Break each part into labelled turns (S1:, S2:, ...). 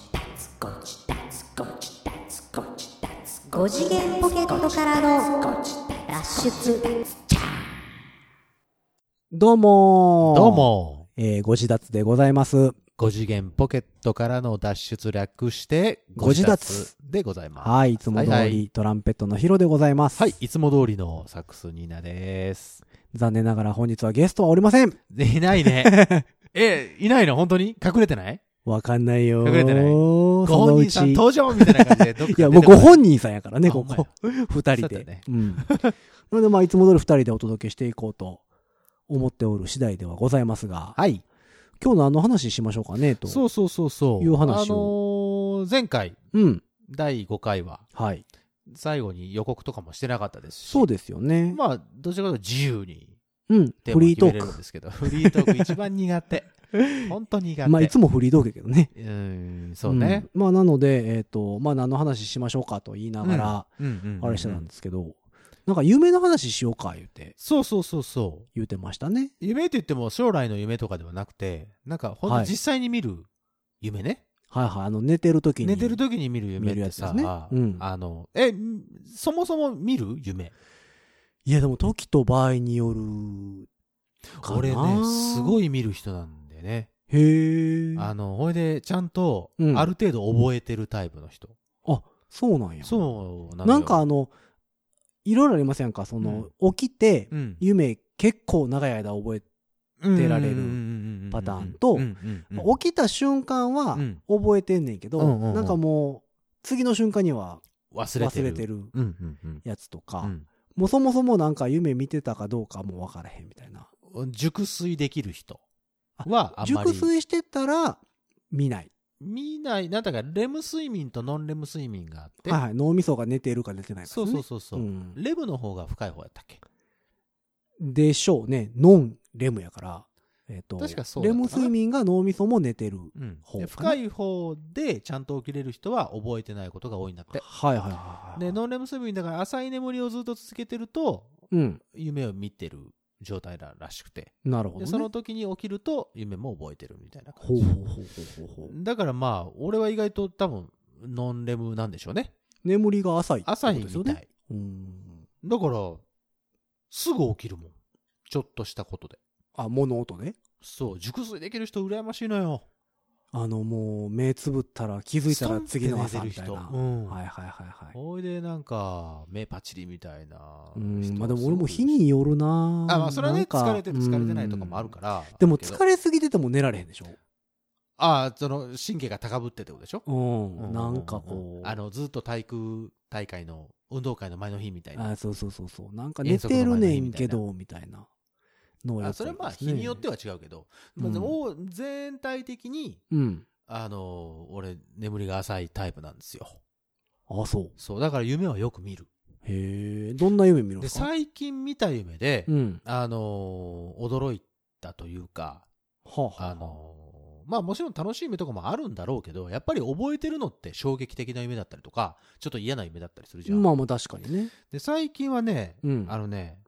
S1: ゴチダツゴチダツゴチダツ5次元ポケットからの脱出
S2: どうもー
S3: どう。も、
S2: えーご自立でございます。
S3: 5次元ポケットからの脱出略して、
S2: ご自立
S3: でございます。は
S2: はい、いつも通
S3: はいは
S2: り
S3: い
S2: トランペットのヒロでございます。
S3: い、い、つも通りのサックスニーナです。
S2: 残念ながら本日はゲストはおりません。
S3: でいな いね。え、いないの本当に隠れてない
S2: わかんないよー。
S3: 隠れてない
S2: そ
S3: ご本
S2: のう
S3: 人さん
S2: ち。
S3: 登場みたいな感じでどっか出てこな、
S2: いや、もうご本人さんやからね、
S3: あ
S2: ここ。二人
S3: そうだ
S2: で。
S3: よね
S2: うん。 なので、まあ、いつも通り二人でお届けしていこうと思っておる次第ではございますが、
S3: はい。
S2: 今日のあの話しましょうかね、と。
S3: そうそうそうそう。
S2: いう話を
S3: あのー前回、
S2: うん。
S3: 第5回は、
S2: はい。
S3: 最後に予告とかもしてなかったですし。
S2: そうですよね。
S3: まあ、どちらかというと自由に。
S2: うん。
S3: テ
S2: フ
S3: マを
S2: リー
S3: 決
S2: ト
S3: め
S2: ー
S3: れ
S2: ク
S3: るん。ですけど、フリートーク一番苦手。本当苦手。
S2: まあ、いつもフリートークやけどね。
S3: うーん、そうね。
S2: うんまあ、なので、えっ、と、まあ、何の話しましょうかと言いながら、
S3: うんうんうん
S2: あれしてたんですけど、なんか、夢の話しようか、言うて、
S3: そうそうそうそう。
S2: 言うてましたね。
S3: 夢って言っても将来の夢とかではなくて、なんかほん
S2: は
S3: と
S2: い
S3: 実際に見る夢ね。
S2: はいはい、あの、寝てる時に。
S3: 寝てる時に見る夢っ
S2: 見るや
S3: て
S2: つで
S3: さ、
S2: すねうん
S3: あの、え、んそもそも見る夢。
S2: いや、でも、時と場合によるかな。
S3: 俺ね、す
S2: い。
S3: ごい見る人なんでね。
S2: へー。
S3: あの、ほいで、ちゃんと、
S2: うん
S3: ある程度覚えてるタイプの人。
S2: あ、そうなんや。
S3: そうなのよ
S2: なんか、あの、いろいろありませんか、その、起きて、
S3: うん、
S2: 夢、結構長い間覚えて、
S3: 出
S2: られるパターンと起きた瞬間は
S3: うん
S2: 覚えてんねんけど、
S3: うんうんうん
S2: なんかもう、次の瞬間には
S3: 忘れて
S2: 忘
S3: る。
S2: れてる
S3: うんうん
S2: やつとか、
S3: うん
S2: もうそもそもなんか夢見てたかどうかも分からへんみたいな。
S3: うん。熟睡できる人はあんまり
S2: 熟睡してたら見ない。
S3: 見ない、なんだかレム睡眠とノンレム睡眠があって、
S2: はいはい。脳みそが寝てるか寝てないかです
S3: そ
S2: ね、
S3: うそうそうそう、
S2: うん
S3: レムの方が深い方やったっけ
S2: でしょうね。ノンレムやから。えっと
S3: 確かそうだ
S2: レ
S3: ったか
S2: ム
S3: な
S2: 睡眠が脳みそも寝てる。
S3: うん
S2: 方かな
S3: で深い方でちゃんと起きれる人は覚えてないことが多いんだって。
S2: はいはいはいはい。
S3: で、ノンレム睡眠だから浅い眠りをずっと続けてると、
S2: うん。
S3: 夢を見てる状態ららしくて、
S2: なるほど、
S3: で、
S2: ね。
S3: その時に起きると夢も覚えてるみたいな
S2: ほ
S3: 感
S2: う
S3: じ
S2: ほう。ほうほうほうほう。
S3: だからまあ、俺は意外と多分、ノンレムなんでしょうね。
S2: 眠りが浅いってこと
S3: 朝に
S2: で
S3: 見
S2: す
S3: た
S2: よ
S3: い。
S2: ね。うん。
S3: だから、すぐ起きるもん。ちょっとしたことで。
S2: あ、物音ね。
S3: そう、熟睡できる人羨ましいのよ。
S2: あの、もう、目つぶったら気づいたら次の朝みたいな。
S3: ストンって寝てる人うん
S2: はいはいはいはい。
S3: おいで、なんか、目パチリみたいな。
S2: うん、まあでも俺も日。によるな
S3: あ、まあ、それは
S2: な
S3: ね、
S2: んか
S3: 疲れてる、疲れてないとかもあるから。
S2: うんでも
S3: けど
S2: 疲れすぎてても寝られへんでしょ
S3: あ、その、神経が高ぶってってことでしょ
S2: う。
S3: うんん
S2: なんかこう。
S3: あの、ずっと体育大会の、運動会の前の日みたいな。
S2: あ、そうそうそうそう。なんか寝てるねんけど、みたいなのをや
S3: あ
S2: っ
S3: そ
S2: て
S3: れ
S2: るん
S3: はまあ、
S2: です
S3: 日
S2: ね
S3: によっては違うけど。まあでも、全体的に、
S2: うん。
S3: あの、俺、眠りが浅いタイプなんですよ。
S2: あ、そう。
S3: そう、だから夢はよく見る。
S2: へえ。どんな夢見るん
S3: で、
S2: ですか
S3: 最近見た夢で、
S2: うん。
S3: あのー驚いたというか、
S2: はあはあ
S3: あのーまあもちろん楽しい夢とかもあるんだろうけど、やっぱり覚えてるのって衝撃的な夢だったりとか、ちょっと嫌な夢だったりするじゃん。
S2: まあまあ確かにね。
S3: で、最近はね、
S2: うん
S3: あのね、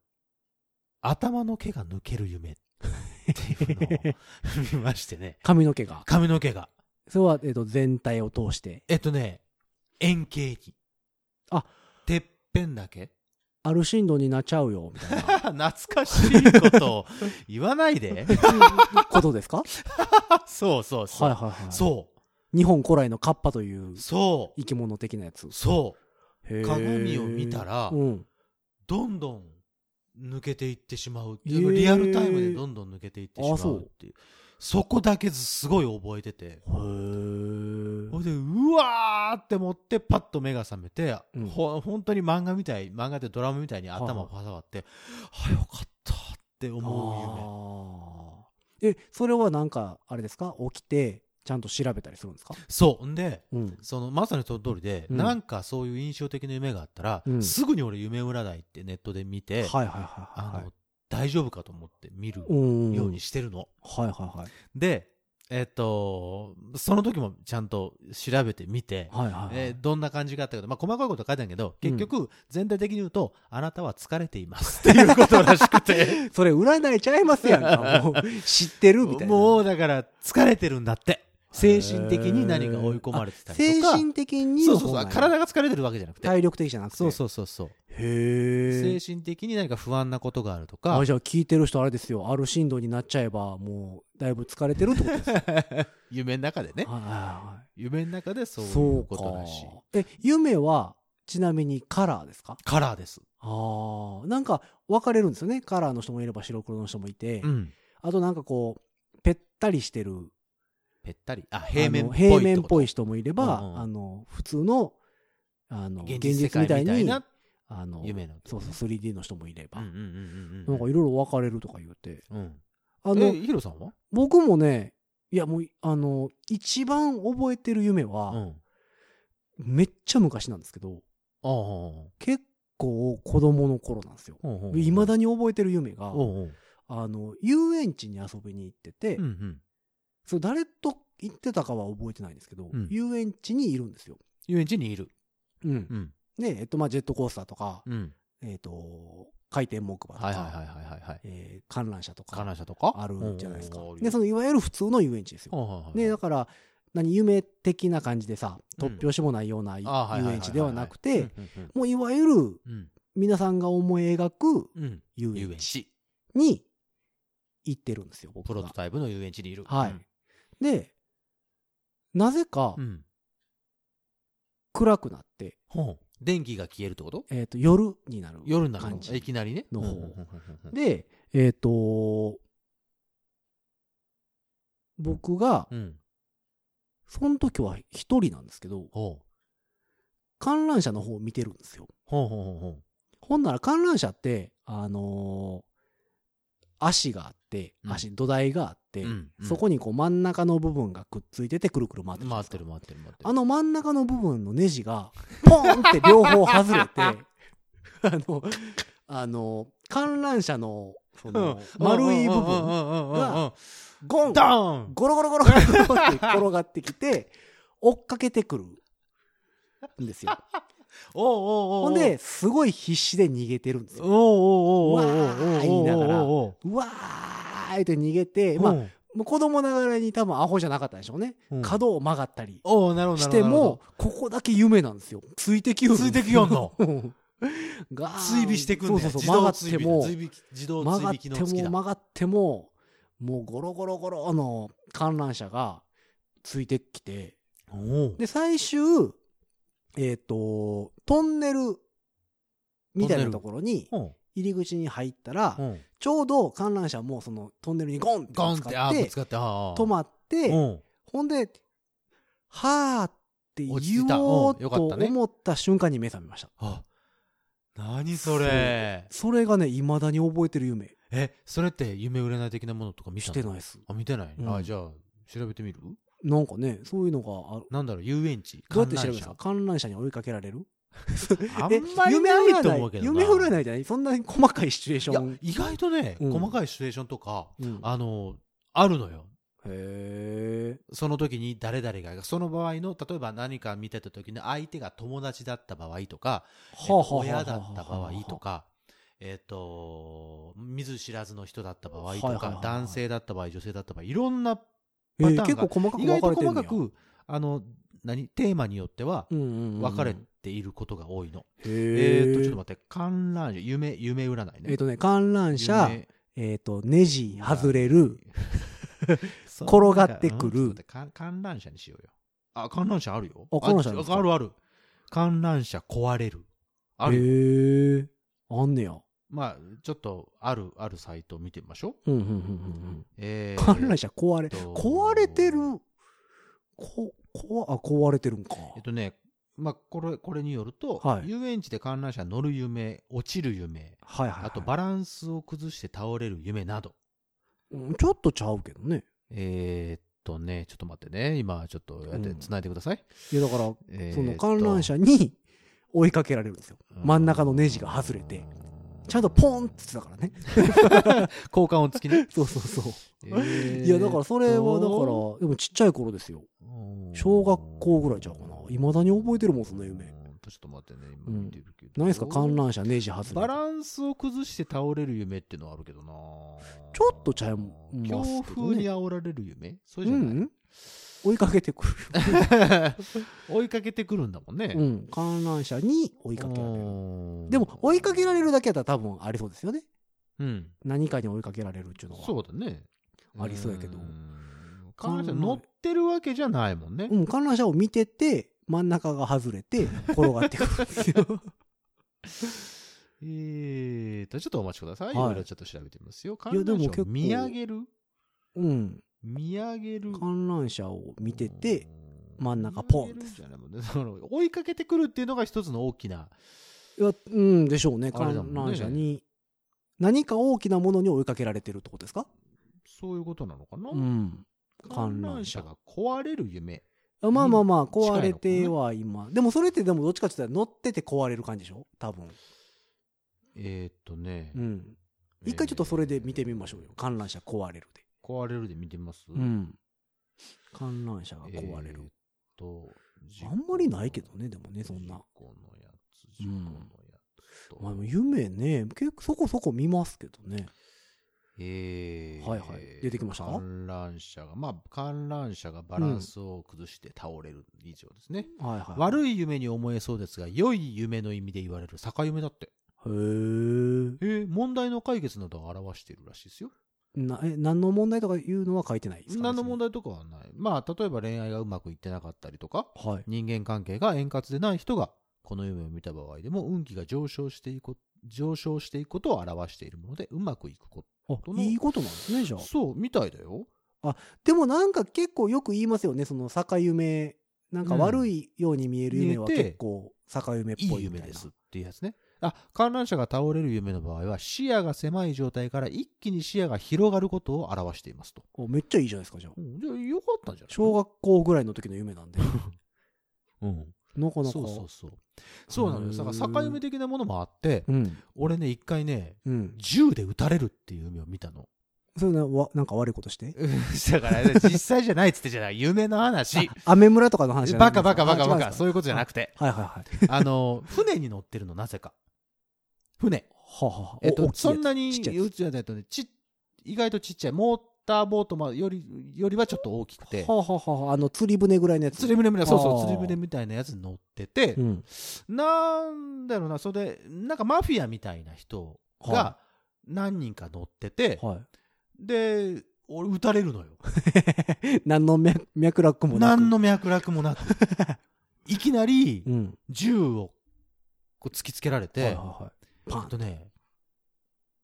S3: 頭の毛が抜ける夢っていうのを見ましてね、
S2: 髪の毛が。
S3: 髪の毛が。
S2: それは、えっと、全体を通して。
S3: えっとね、円形に。
S2: あ
S3: てっぺんだけ
S2: アルシンドになっちゃうよ、みたいな
S3: 懐かしいことを言わない で。
S2: ことですかは
S3: そうそう
S2: い
S3: そう。
S2: はいはい。。
S3: そう
S2: 日本古来のカッパという
S3: う。そう。
S2: 生き物的なやつ。
S3: そう。
S2: へー
S3: 鏡を見たら
S2: うん。
S3: どんどん抜けていってしまうって
S2: へ
S3: いう。
S2: ー
S3: リアルタイムでどんどん抜けていってしま
S2: あそう
S3: うっていう。そこだけすごい覚えてて。
S2: へー
S3: ほいで、うわーって持って、パッと目が覚めて、
S2: うん
S3: ほ、本当に漫画みたい、漫画でドラムみたいに頭をパサパサって、あ、よかったって思う
S2: あーえ、それはなんか、あれですか起きて、ちゃんと調べたりするんですか
S3: 夢。そう。んで、
S2: うん。
S3: そのまさにその通りで、
S2: うん
S3: なんかそういう印象的な夢があったら、
S2: うん
S3: すぐに俺夢占いってネットで見て、
S2: はいはいはい
S3: あ
S2: は
S3: の
S2: い。
S3: 大丈夫かと思って見る
S2: うん
S3: ようにしてるの。
S2: はいはいはい。
S3: で、えっと、その時もちゃんと調べてみて、
S2: はいはいはい。
S3: えーどんな感じがあったかと、まあ、細かいことは書いてあるけど、結局、全体的に言うと、あなたは疲れていますっていうことらしくて、
S2: それ占いちゃいますやんか。もう知ってるみたいな。
S3: もうだから、疲れてるんだって。精神的に何が追い込まれてたり
S2: 精
S3: とか
S2: 神的に
S3: そ
S2: の
S3: うそう
S2: 方
S3: そう
S2: が
S3: 体が疲れてるわけじゃなくて
S2: 体力的じゃなくて。
S3: そうそうそうそう
S2: へ
S3: 精
S2: え。
S3: 神的に何か不安なことがあるとか
S2: あ、じゃあ聞いてる人あれですよ。ある振動になっちゃえば、もう、だいぶ疲れてるって ことですね。
S3: 夢の中でね
S2: はいはいはい
S3: 夢の中でそうい
S2: そう
S3: う
S2: か
S3: ことだし。
S2: え、夢は、ちなみにカラーですか
S3: カラーです、
S2: ああ、なんか分かれるんですよね。カラーの人もいれば白黒の人もいて、
S3: うん、
S2: あとなんかこう、ぺったりしてる、
S3: ぺったりあ平面っ
S2: あ
S3: ぽ
S2: の
S3: い
S2: 平面っぽい
S3: って
S2: 人もいれば、
S3: うんうん
S2: あの、普通の、あの、
S3: こと
S2: 現
S3: 現実世
S2: 実み
S3: 界みた
S2: たい
S3: い
S2: に、
S3: な
S2: あの、
S3: 夢の
S2: そうそう、3D の人もいれば、
S3: うんうんうん
S2: なんかいろいろ分かれるとか言うて。
S3: うんうん
S2: あ
S3: え
S2: の、
S3: ヒロさんは
S2: 僕もね、いやもう、あの、一番覚えてる夢
S3: う
S2: は、
S3: ん
S2: めっちゃ昔なんですけど、
S3: ああ
S2: 結構子供の頃なんですよ。いまだに覚えてる夢が、
S3: おうおう
S2: あの、遊園地に遊びに行ってて、
S3: うんうん
S2: そう誰と行ってたかは覚えてないんですけど、
S3: うん
S2: 遊園地にいるんですよ。
S3: 遊園地にいる
S2: うん
S3: う。ん
S2: で、えっと、まあ、ジェットコースターとか、
S3: うん
S2: えっと、回転木馬とか、
S3: はいはいはいはいはいはい
S2: えー観覧車と
S3: 観
S2: か
S3: 覧車とか
S2: あるじゃないですか
S3: おうおう。
S2: で、その、いわゆる普通の遊園地ですよ。
S3: はいはいはい
S2: で、だから、何、夢的な感じでさ、
S3: うん
S2: 突拍子もないような遊
S3: あはいはいはいはい
S2: 園地ではなく
S3: う
S2: て
S3: ん、うん
S2: もういわゆる
S3: うん
S2: 皆さんが思い描く
S3: うんうん
S2: 遊
S3: 遊
S2: 園地
S3: 園地
S2: に行ってるんですよ、僕
S3: プロト
S2: が。
S3: タイプの遊園地にいる
S2: はい。で、なぜか
S3: うんうん
S2: 暗くなって、
S3: ほう電気が消えるってこと
S2: えっと、夜になる
S3: 夜になる
S2: 感
S3: の
S2: じ
S3: い。きなりね
S2: の方
S3: うんうんうんうん
S2: で、えっと、僕が、
S3: うん
S2: その時は一人なんですけど、
S3: ほう
S2: 観覧車の方を見てるんですよ。
S3: ほうほうほうほ
S2: ほんなら観覧車って、あのー足があって、
S3: うん
S2: 足、土台があって、
S3: ううんうん
S2: そこにこう真ん中の部分がくっついててくるくる回ってるじゃない
S3: 回っ
S2: ですか
S3: てる回ってる回ってる
S2: あの真ん中の部分のネジが、ポンって両方外れて、あの、あの、観覧車の、その、丸い部分、
S3: が
S2: がゴン
S3: ドーン
S2: ゴロゴロゴロゴロって転がってきて、追っかけてくるんですよ。
S3: おうおうおうお
S2: ほ
S3: う
S2: んで、すごい必死で逃げてるんです
S3: おう
S2: よ。
S3: おうおうおうおうおう
S2: わー言いながら
S3: おうおうおう
S2: うわーって逃げて、まあ、も
S3: おう
S2: う子供ながらに多分アホじゃなかったでしょうね。
S3: うん
S2: 角を曲がったり
S3: おうなるほど
S2: し
S3: なる
S2: て
S3: ほど
S2: も、ここだけ夢なんですよ。ついてきよる。
S3: ついてきよんの
S2: うん。 が
S3: 追尾してくん
S2: そ
S3: ね
S2: う
S3: や
S2: そうそう。
S3: 自
S2: 曲が
S3: 動
S2: っ
S3: 追
S2: て
S3: 尾
S2: も、
S3: 追尾自動
S2: 曲
S3: 追
S2: がっ
S3: 尾
S2: て
S3: 機能付き
S2: も
S3: だ
S2: 曲がっても、もうゴロゴロゴロの観覧車がついてきて、
S3: おう
S2: で、最終、えっ、と、トンネルみたいなところに、
S3: おう
S2: 入り口に入ったら、
S3: おう
S2: ちょうど観覧車もそのトンネルにゴンって
S3: ガン
S2: ぶ
S3: っ
S2: つ
S3: て
S2: か
S3: あ
S2: っ
S3: ーぶ
S2: て
S3: つ、かってあ
S2: 止まって、
S3: おう
S2: ほんで、はーって言
S3: 落ち着いた
S2: お
S3: うん
S2: うと
S3: よかったね
S2: 思った瞬間に目覚めました。
S3: あ何それ
S2: それがね、未だに覚えてる夢
S3: えそれって夢占い的なものとか見た
S2: し
S3: の
S2: てないです。
S3: あ見てない、
S2: うん
S3: あじゃあ調べてみる
S2: なんかね、そういうのがある。
S3: なんだろう遊園地
S2: どうやって調べるんです
S3: 観
S2: か観覧車に追いかけられる
S3: 覧車あ
S2: え
S3: んまりないと思うけどな
S2: 夢占い夢占いじゃないそんなに細かいシチュエーショ
S3: いや
S2: ン。
S3: 意外とね、
S2: うん
S3: 細かいシチュエーションとか
S2: うん
S3: あのあるのよ
S2: へえ。
S3: その時に誰々がその場合の例えば何か見てた時に相手が友達だった場合とか、
S2: はあはあはあはあはあ
S3: 親だった場合とかえっ、と見ず知らずの人だった場合とか、
S2: はいはいはいはい
S3: 男性だった場合女性だった場合いろんな
S2: えー
S3: パターンが
S2: 結構細かく
S3: 意
S2: 分
S3: 外
S2: か
S3: と
S2: れてる
S3: 細かくあの何テーマによっては分
S2: 分
S3: かれていることが多いの、え
S2: え
S3: っ、とちょっと待って観覧車夢夢占いね
S2: えっとね、観覧車、
S3: 夢
S2: えっと、ネジ外れる。
S3: そ
S2: 転がってくる
S3: うんちょっと待ってか観覧車にしようよ。あ、観覧車あるよ。
S2: あ観覧車あるんですか
S3: ああるある。観覧車壊れる。あ
S2: へえ。
S3: る。
S2: あんねや。
S3: まあ、ちょっと、ある、あるサイトを見てみましょう。
S2: うんうんうんうん
S3: え
S2: うん。
S3: ー、
S2: 観覧車壊れ、
S3: えっと
S2: 壊れてる。こ、こわ、あ、壊れてるんか。
S3: えっとね、まあ、これ、これによると、
S2: はい
S3: 遊園地で観覧車乗る夢、落ちる夢、
S2: はいはいはい。
S3: あとバランスを崩して倒れる夢など。
S2: うんちょっとちゃうけどね。
S3: えー、っとね、ちょっと待ってね。今、ちょっとやって、
S2: うん
S3: 繋いでください。
S2: いやだから、
S3: えーっと
S2: その観覧車に追いかけられるんですよ。真ん中のネジが外れて、ちゃんとポンって言ってたからね。
S3: 交換音付きね。
S2: そうそうそう。
S3: えー
S2: いやだからそれはだから、でもちっちゃい頃ですよ。小学校ぐらいちゃうかな。未だに覚えてるもん、その夢
S3: う。んちょっと待ってね、今見てるけど。
S2: 何ですか観覧車ネジ外れ
S3: バ
S2: る。
S3: ランスを崩して倒れる夢っていうのはあるけどな。
S2: ちょっとちゃいますけどね
S3: 強風に煽られる夢それじゃ
S2: う
S3: ない、
S2: ん追いかけてくる。
S3: 追いかけてくるんだもんね。
S2: うん、観覧車に追いかけられる。
S3: る
S2: でも、追いかけられるだけだったら多分ありそうですよね。
S3: うん。
S2: 何かに追いかけられるっていうのは。
S3: そうだね。
S2: ありそうやけど
S3: ん。観覧車乗ってるわけじゃないもんね。
S2: うん、観覧車を見てて、真ん中が外れて、転がってくるん ですよ。
S3: えーと、ちょっとお待ちくださ
S2: はい
S3: い。いろいろちょっと調べてみますよ。観
S2: や
S3: 覧
S2: でも
S3: 車
S2: 結構
S3: を見上げる
S2: うん、
S3: 見上げる。
S2: 観覧車を見てて、
S3: うん、
S2: 真ん中ポン
S3: 見上げるんじゃないもんね。その追いかけてくるっていうのが一つの大きな。
S2: いや、うんでしょうね。
S3: あれだもん
S2: 観
S3: ね
S2: 覧車に、何か大きなものに追いかけられてるってことですか
S3: そういうことなのかな、
S2: うん。
S3: 観
S2: 観
S3: 覧
S2: 覧
S3: 車
S2: 車
S3: が壊れる夢。
S2: あまあまあまあ、
S3: 近いの
S2: 壊
S3: かな
S2: れては今。でもそれってでもどっちかって言ったら乗ってて壊れる感じでしょ多分。
S3: えーっとね。
S2: うん。一回ちょっとそれで見てみましょうよ。観覧車壊れるで。
S3: えー。壊れるで見てみます
S2: うん。観覧車が壊れ
S3: えーっ
S2: る。
S3: と、事故
S2: あんまりないけどね、でもね、そん
S3: 事
S2: な。
S3: 故のやつ、事故のやつと。
S2: まあ、夢ね、結構そこそこ見ますけどね。
S3: えー
S2: はいはい出てきました
S3: 観覧車が、まあ、観覧車がバランスを崩して倒れる以上ですね。
S2: はいはい。
S3: 悪い夢に思えそうですが、良い夢の意味で言われる逆夢だって。
S2: へー
S3: えー問題の解決などを表しているらしいですよ。
S2: な、え、何の問題とかいうのは書いてないですか、
S3: 何の問題とかはない。まあ、例えば恋愛がうまくいってなかったりとか、
S2: 題はい。
S3: 人間関係が円滑でない人が、この夢を見た場合でも運気が上昇していく、上昇していくことを表しているもので、うまくいくこど
S2: あ、
S3: の
S2: いいことなんですね、じゃ
S3: と。
S2: あ。
S3: そう、みたいだよ。
S2: でもなんか結構よく言いますよね、その逆夢。なんか悪いように見える夢は
S3: うん見えて
S2: 結構逆夢っ
S3: い
S2: ぽ
S3: い
S2: いみたいな。
S3: 夢ですっていうやつね。あ、観覧車が倒れる夢の場合は、視野が狭い状態から一気に視野が広がることを表していますと。
S2: おめっちゃいいじゃないですか、じゃあ。
S3: うんじゃあ、よかったんじゃない
S2: 小学校ぐらいの時の夢なん で。
S3: うん。
S2: なかなか。
S3: そうそうそう。そうなのよ。だから、境夢的なものもあって、
S2: うん。
S3: 俺ね、一回ね、
S2: うん。
S3: 銃で撃たれるっていう夢を見たの。
S2: それな、わなんか悪いことして
S3: だから、ね、実際じゃないっつってじゃない。夢の話。
S2: アメ村とかの話じゃない
S3: バカバカバカバカ。そう
S2: いう。
S3: いうことじゃなくて。
S2: はいはいはい。
S3: あの、船に乗ってるの、なぜか。船。
S2: ははは
S3: えっと、そんな
S2: ちっ
S3: に、
S2: ちゃいう
S3: ちはねとね、ちっ、意外とちっちゃい。モーターボートまより、よりはちょっと大きくて。
S2: ははははあの、釣り船ぐらいのやつ。
S3: 釣り船みたいな、そう
S2: あ
S3: そ
S2: ー
S3: う、釣り船みたいなやつに乗ってて、
S2: うん。
S3: なんだろうな、それで、なんかマフィアみたいな人が
S2: は
S3: 何人か乗ってて、
S2: は
S3: で、俺撃たれるのよ。
S2: い。何の脈脈絡もなく。
S3: 何の脈絡 もなく。いきなり
S2: う、ん。
S3: 銃をこう突きつけられて、
S2: はいはいはい。パ
S3: あ
S2: ン
S3: とね、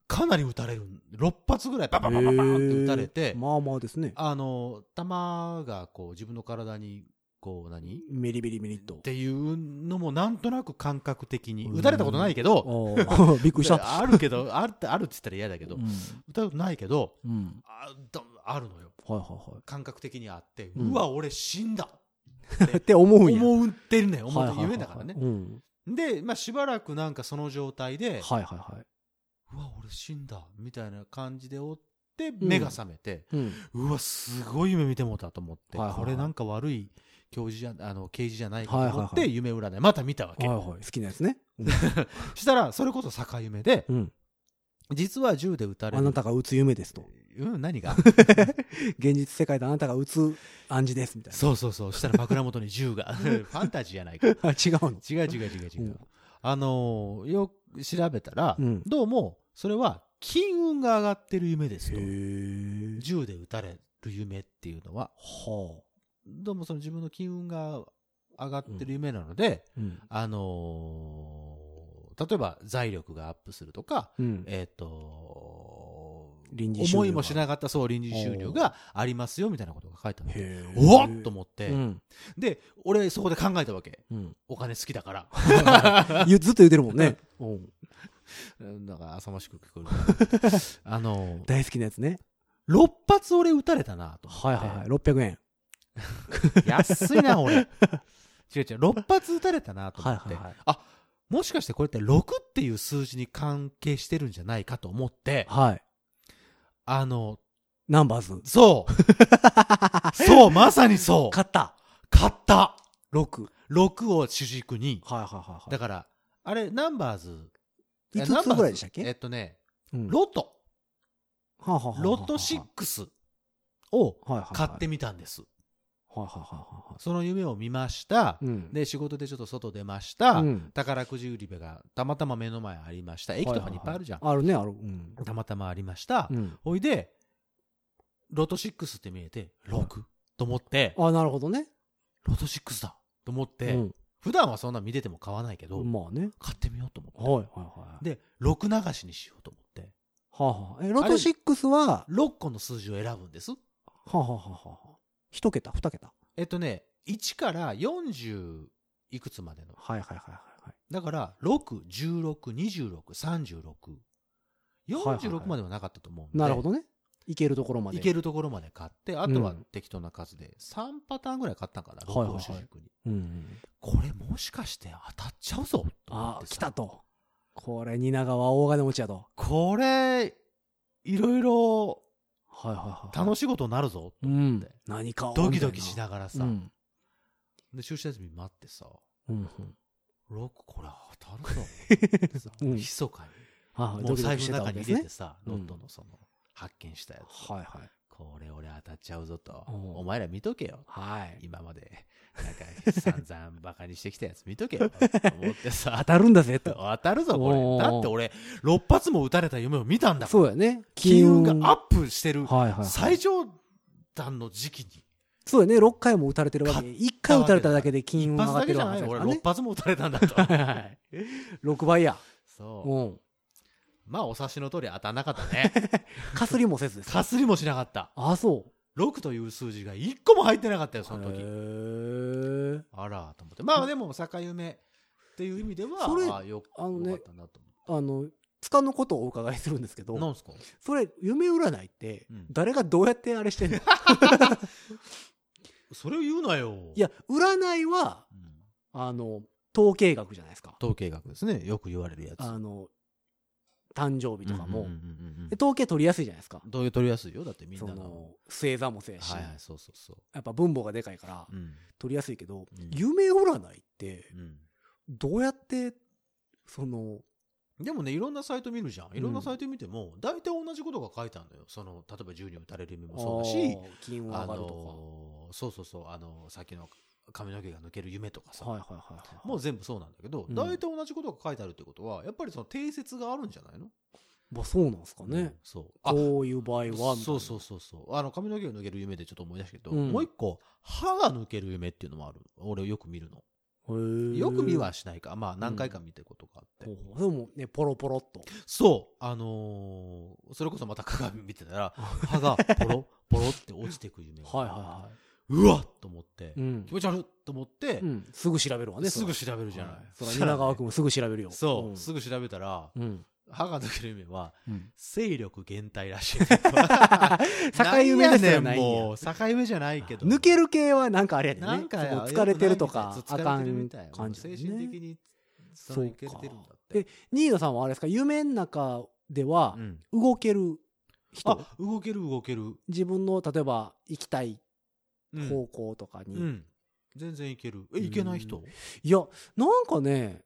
S3: かなり撃たれる。6発ぐらいバババババンって撃たれて、
S2: へーまあまあですね。
S3: あの、弾がこう自分の体に、こう何っ
S2: メリメリメリっと。
S3: ていうのもなんとなく感覚的に、
S2: うん
S3: 撃たれたことないけど、
S2: おー びっくりした。
S3: あるけど、あるって、あるって言ったら嫌だけど、
S2: う
S3: 撃
S2: ん
S3: たれたことないけど、
S2: うん。
S3: あだあるのよ。
S2: はいはいは
S3: 感覚的にあって、
S2: うん
S3: うわ、俺死んだ。
S2: い。って思うんや。
S3: 思ってるねん、思
S2: はいはい
S3: って
S2: はい
S3: 夢だからね。
S2: うん。
S3: で、まあしばらくなんかその状態で、
S2: はいはいは
S3: うわ、俺死んだ、みたいな感じでおって、
S2: ん
S3: 目が覚めて、
S2: い。うん。
S3: うわ、すごい夢見てもうたと思って、
S2: はいはいはい
S3: これなんか悪い教授じゃ、あの、刑事じゃないかと
S2: はいはい
S3: 思
S2: はい
S3: って、夢占い、また見たわ
S2: はい
S3: け。
S2: はい。好きなやつね。
S3: したら、それこそ逆夢で、
S2: うん。
S3: 実は銃で撃たれ
S2: あ
S3: る。
S2: なたが打つ夢ですと。
S3: うん、何が
S2: 現実世界であなたが打つ暗示ですみたい
S3: そうそうそう。したら枕元に銃が。ファンタジーじゃないか。違う
S2: な。あ違うの。
S3: 違う違う違う。
S2: うん
S3: あのーよく調べたら、
S2: うん
S3: どうも、それは、金運が上がってる夢ですと。
S2: へえ。
S3: 銃で撃たれる夢っていうのは、
S2: は
S3: どうもその自分の金運が上がってる夢なので、
S2: あ。うん。
S3: あのー例えば財力がアップするとか、
S2: うん。
S3: えっ、と
S2: 臨時収入が
S3: 思いもしなかったそう臨時収入がありますよみたいなことが書いてある
S2: へえ。
S3: おっと思って、
S2: うん。
S3: で俺そこで考えたわけ
S2: うん。
S3: お金好きだから
S2: ゆずっと言うてるもんね。うん
S3: うんなんか浅ましく聞こえる なあの
S2: 大好きなやつね。
S3: 6発俺撃たれたなと思って
S2: はいはいはい。600円。
S3: 安いな俺違う違う6発撃たれたなと思っ
S2: はい
S3: て、
S2: はいはい
S3: あもしかしてこれって6っていう数字に関係してるんじゃないかと思って、
S2: はい。
S3: あの、
S2: ナンバーズ。
S3: そう。 そう、まさにそう。
S2: 買った。
S3: 買った。
S2: 6。はい
S3: 6を主軸に。
S2: はいはい
S3: だ
S2: は
S3: から、あれ、ナンバーズ。
S2: い。
S3: えナ
S2: 5
S3: ンバー
S2: つ
S3: ズ
S2: ぐらいでしたっけ
S3: えっとね、
S2: うん
S3: ロト。
S2: はあはあはあはあ
S3: ロト6を
S2: はいはいはい
S3: 買ってみたんです。
S2: はいはいはいは
S3: その夢を見ました
S2: い。うん。
S3: で仕事でちょっと外出ました、
S2: うん
S3: 宝くじ売り場がたまたま目の前ありました駅とかにいっぱいあるじゃん、
S2: あるね、ある。うん。
S3: たまたまありました、
S2: うん。
S3: おいでロト6って見えて6と思って
S2: あ、なるほどね。
S3: ロト6だと思って、
S2: うん。
S3: 普段はそんな見てても買わないけど、
S2: まあね。
S3: 買ってみようと思って、
S2: はいはいはい。
S3: で6流しにしようと思って
S2: はあはあ。え、ロト6は、は
S3: 6個の数字を選ぶんです
S2: あはあはあはあ。一桁、二桁。
S3: えっとね1から40いくつまでの
S2: はいはいはいはいはい。
S3: だから
S2: はいはい
S3: 616263646
S2: はい
S3: まではなかったと思うんで、
S2: なるほどね。いけるところまで。
S3: いけるところまで買ってあとは
S2: うん
S3: 適当な数で3パターンぐらい買ったんかな、
S2: はいはいはい
S3: 6を主軸に
S2: うんうん。
S3: これもしかして当たっちゃうぞと思
S2: あ
S3: っ
S2: あ、
S3: てさ
S2: 来たと。これ、蜷川は大金持ちやと。
S3: これいろいろ
S2: はいはいはい。
S3: 楽しいことになるぞ
S2: うん
S3: て。
S2: 何かを。
S3: ドキドキし
S2: が
S3: ながらさ、
S2: うん。
S3: で就寝休み待ってさ
S2: うん。
S3: 6これ当たるぞってさ
S2: うん
S3: 密かに
S2: はいはい。
S3: も
S2: ド
S3: う
S2: キ
S3: 財
S2: ド
S3: 布
S2: キして
S3: の
S2: た
S3: 中
S2: わけ
S3: に
S2: です
S3: 入れ
S2: ね
S3: て。さ、
S2: うん
S3: ロットのその発見したやつ、
S2: はいはい。
S3: これ俺当たっちゃうぞと
S2: おう
S3: お前ら見とけよ
S2: はい。
S3: 今までなんか散々バカにしてきたやつ見とけよと思って
S2: 当
S3: さ
S2: たるんだぜと。
S3: 当たるぞ
S2: お
S3: こ
S2: う
S3: れだって俺6発も打たれた夢を見たんだ
S2: そううだよね。
S3: 金運がアップしてる
S2: はいはい。
S3: 最上段の時期に
S2: そうだよね。6回も打たれてるわけで。1回打たれただけで金運
S3: 一
S2: が上
S3: 発
S2: がって
S3: だけ
S2: る
S3: じゃ
S2: わ
S3: ない
S2: け
S3: よ
S2: だから
S3: 俺
S2: ね
S3: 6。発も打たれた んだと
S2: 6倍や。
S3: そう
S2: うん。
S3: まあお察しの通り当たんなかったね
S2: かすりもせずです。
S3: かすりもしなかった
S2: あ、そう。
S3: 6という数字が1個も入ってなかったよその
S2: へ
S3: 時
S2: ー
S3: あらと思ってまあでも坂夢っていう意味では
S2: それ
S3: あよ
S2: あのね
S3: よかったなと
S2: あの、つかのことをお伺いするんですけ
S3: 思うな
S2: ど、
S3: んすか
S2: それ、夢占いって
S3: うん、
S2: 誰がどうやってあれしてんの い
S3: それを言うなよい、
S2: や、占いは、
S3: うん
S2: あの、統計学じゃないですか。
S3: 統計学ですねよく言われるやつ
S2: あの、誕生日とかも、
S3: うんうんうんうんうん
S2: で統計取りやすいじゃないですか。
S3: どういう取りやすいよだってみん
S2: そ
S3: な
S2: の、星座もせやし、
S3: はいはいそうそうそ
S2: やっぱ分母がでかいから
S3: う、うん
S2: 取りやすいけど、
S3: うん
S2: 夢占いって、
S3: う
S2: どうやって、その、
S3: んでもねいろんなサイト見るじゃん
S2: ん
S3: いろんなサイト見ても大体同じことが書いてあるのよその例えば銃に撃たれる夢もそうだし
S2: あー、金運
S3: あ
S2: 上がると
S3: のーそうそうそうあのーさっきの髪の毛が抜ける夢とか
S2: か。
S3: さ、
S2: はいはいはいはい。
S3: もう全部そうなんだけど、
S2: うん
S3: 大体同じことが書いてあるってことはやっぱりその定説があるんじゃないの
S2: まあ、そうなんですか
S3: う
S2: ね
S3: ん。そうあ
S2: こういう場合はみたいな、
S3: そうそうそうそうあの髪の毛を抜ける夢でちょっと思い出したけど、
S2: うん
S3: もう一個歯が抜ける夢っていうのもある俺よく見るの
S2: う
S3: よく見はしないかまあ何回か見てることがあって、
S2: ほうほうでもね、ポロポロっと。
S3: そうあのーそれこそまた鏡見てたら歯がポロ ポロって落ちてく夢が
S2: はいはいは
S3: うわっと思って、
S2: い。うん
S3: 気。持ち悪っと思って、
S2: うんすぐ調べるわね。
S3: すぐ
S2: 調
S3: 調べるじゃない、
S2: そら、
S3: したらね
S2: 蜷川君もすぐ調べるよ。
S3: そう、
S2: ん
S3: すぐ調べたら、
S2: うん。
S3: 歯が抜ける夢は、
S2: うん。
S3: 勢力減退らしい。
S2: 境目ですよ
S3: なんやねん
S2: ないんや
S3: もう、境目じゃないけど。
S2: 抜ける系はなんかあれやでね。
S3: なんか
S2: すごい疲れてるとか
S3: よ、く
S2: あ
S3: な
S2: か
S3: いみ
S2: ん
S3: たい
S2: 感じだ
S3: 精
S2: ね。
S3: 神的に、そ
S2: そうう
S3: い
S2: か
S3: けてるんだって。
S2: え、新野さんはあれですか、夢の中では
S3: う、ん
S2: 動ける人
S3: あ、動ける動ける。
S2: 自分の、例えば、行きたい
S3: うん
S2: 方向とかに。
S3: うん全然いける。え、いけない人
S2: いや、なんかね、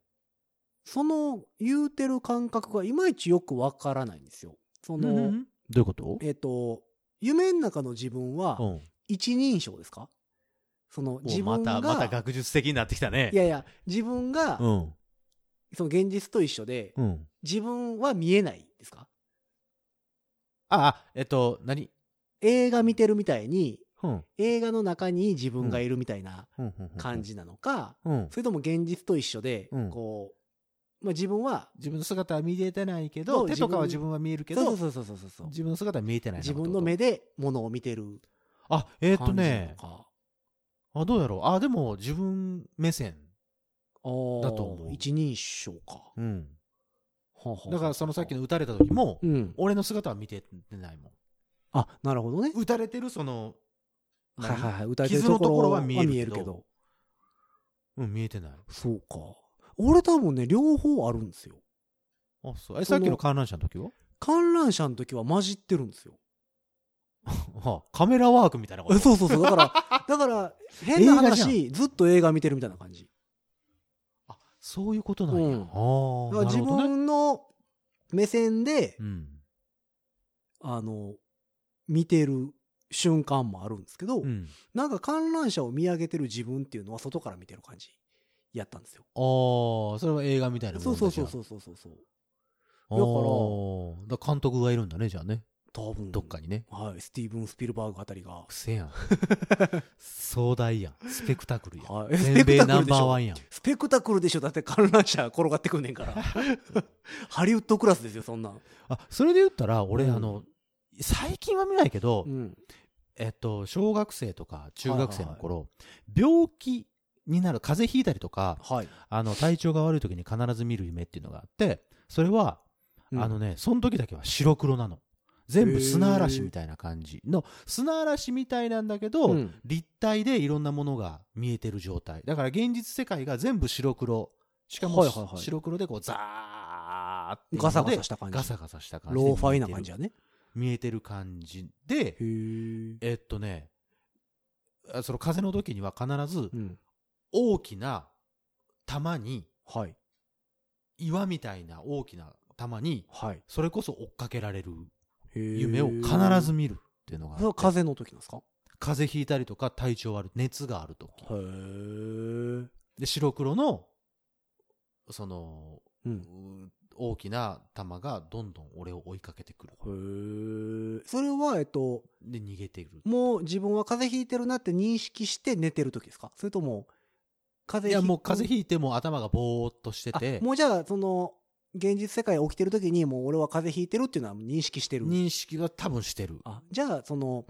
S2: その言うてる感覚がいまいちよくわからないんですよ。その、
S3: うんうんどういうこと
S2: えっ、と、夢の中の自分は
S3: うん
S2: 一人称ですかその自
S3: おま
S2: 分が、
S3: た、また学術的になってきたね
S2: い。やいや、自分が、
S3: うん。
S2: その現実と一緒で、
S3: うん。
S2: 自分は見えないですか
S3: あ、あえっと、何
S2: 映画見てるみたいに、
S3: うん。
S2: 映画の中に自分がいるみたいな
S3: うんうんうん
S2: 感。じなのか、
S3: うん。
S2: それとも現実と一緒で、
S3: うん
S2: こう、まあ、自分は、
S3: 自分の姿は見えてないけ
S2: そ
S3: ど
S2: う
S3: 手とかは
S2: 自
S3: 自分は見えるけ
S2: そう
S3: ど
S2: そうそうそうそうそう。
S3: 自分の姿は見えてないな
S2: 自分の目
S3: って
S2: で物を見てる
S3: ことあえっと
S2: 感じなの
S3: ね
S2: か。
S3: あどうやろうあでも自分目線
S2: あー
S3: だと思う
S2: 一人称か。
S3: うん
S2: はあはあはあ
S3: だからそのさっきの撃たれた時も
S2: うん。
S3: 俺の姿は見てないも
S2: あ、なるほどね
S3: ん。撃たれてるその
S2: はいはいはい。歌えてる
S3: 傷
S2: と
S3: のと
S2: こ
S3: こ
S2: ろ
S3: ろ
S2: は
S3: は
S2: 見
S3: 見
S2: え
S3: え
S2: る
S3: る
S2: け
S3: け
S2: ど。
S3: どうん見えてない
S2: そうか。俺多分ね、両方あるんですよ。
S3: あそうえ
S2: その
S3: さっきの観覧車の時は
S2: 観覧車の時は混じってるんですよ。
S3: あカメラワークみたいなこ
S2: えそ
S3: と
S2: うそうそう。だ から、だから、変な
S3: 映画じゃん
S2: 話、ずっと映画見てるみたいな感じ。
S3: あそういうことなんや
S2: う
S3: あ
S2: んだから
S3: あな
S2: 自
S3: るほどね
S2: 分の目線で、
S3: うん
S2: あの、見てる瞬間もあるんですけど、
S3: うん。
S2: なんか観覧車を見上げてる自分っていうのは外から見てる感じやったんですよ。
S3: ああ、それは映画みたいなもんだ
S2: そうそうそう
S3: う。
S2: そうそうそうそう。
S3: あーだから監督がいるんだね、じゃあね。
S2: 多分
S3: どっかにね。
S2: はい、スティーブン・スピルバーグあたりが
S3: く。せ やん。壮大やん。スペクタクルやん。
S2: はい、
S3: 全米ナンバーワ
S2: ン。
S3: ンやん。
S2: スペクタクルでしょだって観覧車転がってくんねん から。ハリウッドクラスですよ、そんなん。
S3: あ、それで言ったら、俺、
S2: うん
S3: あの、最近は見ないけど、
S2: うん。
S3: えっと、小学生とか中学生の頃、病気になる、風邪ひいたりとか、
S2: はい。
S3: あの、体調が悪い時に必ず見る夢っていうのがあって、それは、
S2: うん
S3: あのね、その時だけは白黒なの。全部砂嵐みたいな感じの、砂嵐みたいなんだけど、
S2: うん
S3: 立体でいろんなものが見えてる状態。だから現実世界が全部白黒。しかも、
S2: はいはいはい
S3: 白黒でこう、ザーっていうので。
S2: ガサガサした感じ。
S3: ガサガサした感じで
S2: ローファイな感じやね。
S3: 見えてる感じで
S2: へ、え。
S3: えっとね、あその風の時には必ず
S2: うん。
S3: 大きな玉に、
S2: はい。
S3: 岩みたいな大きな玉に、
S2: はい。
S3: それこそ追っかけられる
S2: へー
S3: 夢を必ず。見るっていうのがあ
S2: そ
S3: って
S2: れは風邪の時なんですか
S3: 風邪ひいたりとか体調悪い、熱がある時。
S2: へえ。
S3: で、白黒の、その、
S2: うん。
S3: う大きな玉がどんどん俺を追いかけてくる。
S2: へえ。それは、えっと、
S3: で、逃げている。
S2: もう自分は風邪ひいてるなって認識して寝てる時ですかそれとも、風邪
S3: いや、
S2: ひ
S3: もう風邪ひいても頭がぼーっとしてて
S2: あ、もうじゃあ、その、現実世界起きてる時に、もう俺は風邪ひいてるっていうのは認識してる。
S3: 認識は多分してる。
S2: あ、じゃあ、その、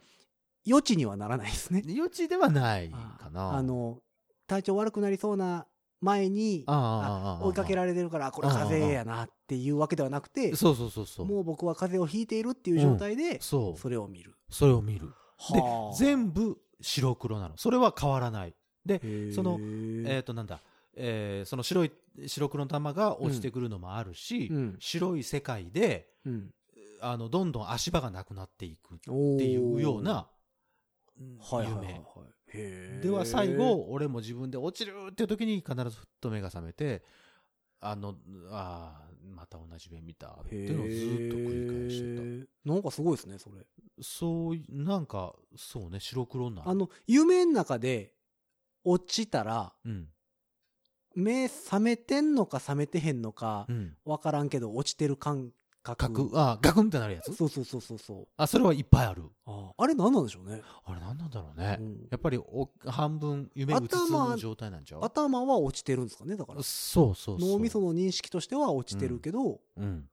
S2: 余地にはならないですね。
S3: 余地ではない
S2: あ
S3: かな。
S2: あの、体調悪くなりそうな前に、
S3: ああ、
S2: 追いかけ
S3: れ
S2: られてるから、あこれ風邪やなっていうわけではなくて、
S3: そうそうそうそう。
S2: もう僕は風邪をひいているっていう状態で、
S3: そう。
S2: それを見る。
S3: それを見る。で
S2: はあ、
S3: 全部白黒なの。それは変わらない。で、
S2: 部
S3: その、えっ、と、なんだ、えーその白い、白黒の玉が落ちてくるのもあるし、
S2: うん
S3: 白い世界で、
S2: うん、
S3: あの、どんどん足場がなくなっていくっ
S2: って
S3: いうよう、な、うん
S2: はいはいはいはい
S3: 夢。
S2: へー
S3: では最後、俺も自分で落ちるっていう時に必ずふっと目が覚めて、あの、ああ、また同じ目見たっていうのをずっと繰り返してた。
S2: てた。なんかすごいですね、それ。
S3: そうい、なんか、そうね、白黒になる。
S2: あの、夢の中で落ちたら、
S3: うん。
S2: 目覚めてんのか覚めてへんのか
S3: う、ん。
S2: わからんけど、落ちてる感覚。
S3: 角、あ、ガクンってなるやつ
S2: そうそうそうそうそう。
S3: あ、それはいっぱいある。
S2: ああれ何なんでしょうね。
S3: あれ何なんだろうね。
S2: うん
S3: やっぱりお、半分、夢うつつの状態なんちゃう
S2: 頭は落ちてるんですかね、だから。
S3: そうそうそう。
S2: 脳みその認識としては落ちてるけど、
S3: うん。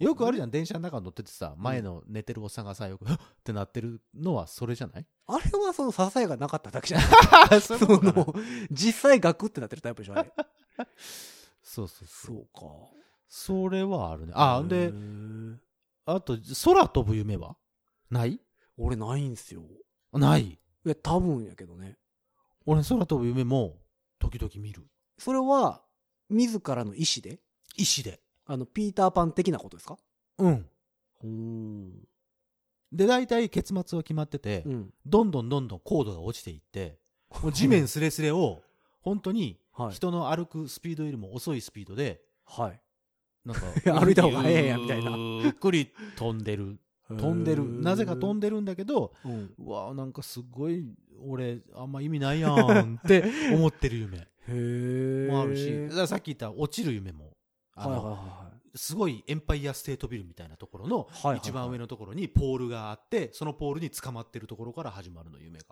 S3: よくあるじ
S2: ゃ
S3: ゃん、電車の中乗っててさ、前の寝てるおっさんがさ、よく、はっってなってるのはそれじゃない
S2: ん。あれはその支えがなかっただけじゃない
S3: あ、 そ
S2: その、実際ガクってなってるタイプでしょ、あれ。
S3: そうそう そ。
S2: そううか。
S3: それはあるね。あ、
S2: へ
S3: で、
S2: ー
S3: あと、空飛ぶ夢はない
S2: 俺ないんすよ。
S3: ない。
S2: いや、多分やけどね。
S3: 俺、空飛ぶ夢も、時々見る。
S2: それは、自らの意思で
S3: 石で。
S2: あの、ピーターパン的なことですか
S3: うん。
S2: うん。
S3: で、大体結末は決まってて、
S2: うん。
S3: どんどんどんどん高度が落ちていって、もう地面すれすれを、本当に
S2: はい。
S3: 人の歩くスピードよりも遅いスピードで、
S2: はい。、
S3: なんか
S2: 歩いた方が早いやみたいな
S3: ゆっくり飛んでる。飛んでる。なぜか飛んでるんだけど、
S2: でる。
S3: うわあなんかすごい、俺、あんま意味ないやんって思ってる夢
S2: うん。へえ。
S3: もあるし、だからさっき言った落ちる夢も、あ
S2: はい
S3: の
S2: はいは
S3: すごいエンパイアステートビルみたいなところの
S2: はいはいはい
S3: 一番上のところにポールがあって、そのポールに捕まってるところから始まるの、夢が。
S2: い。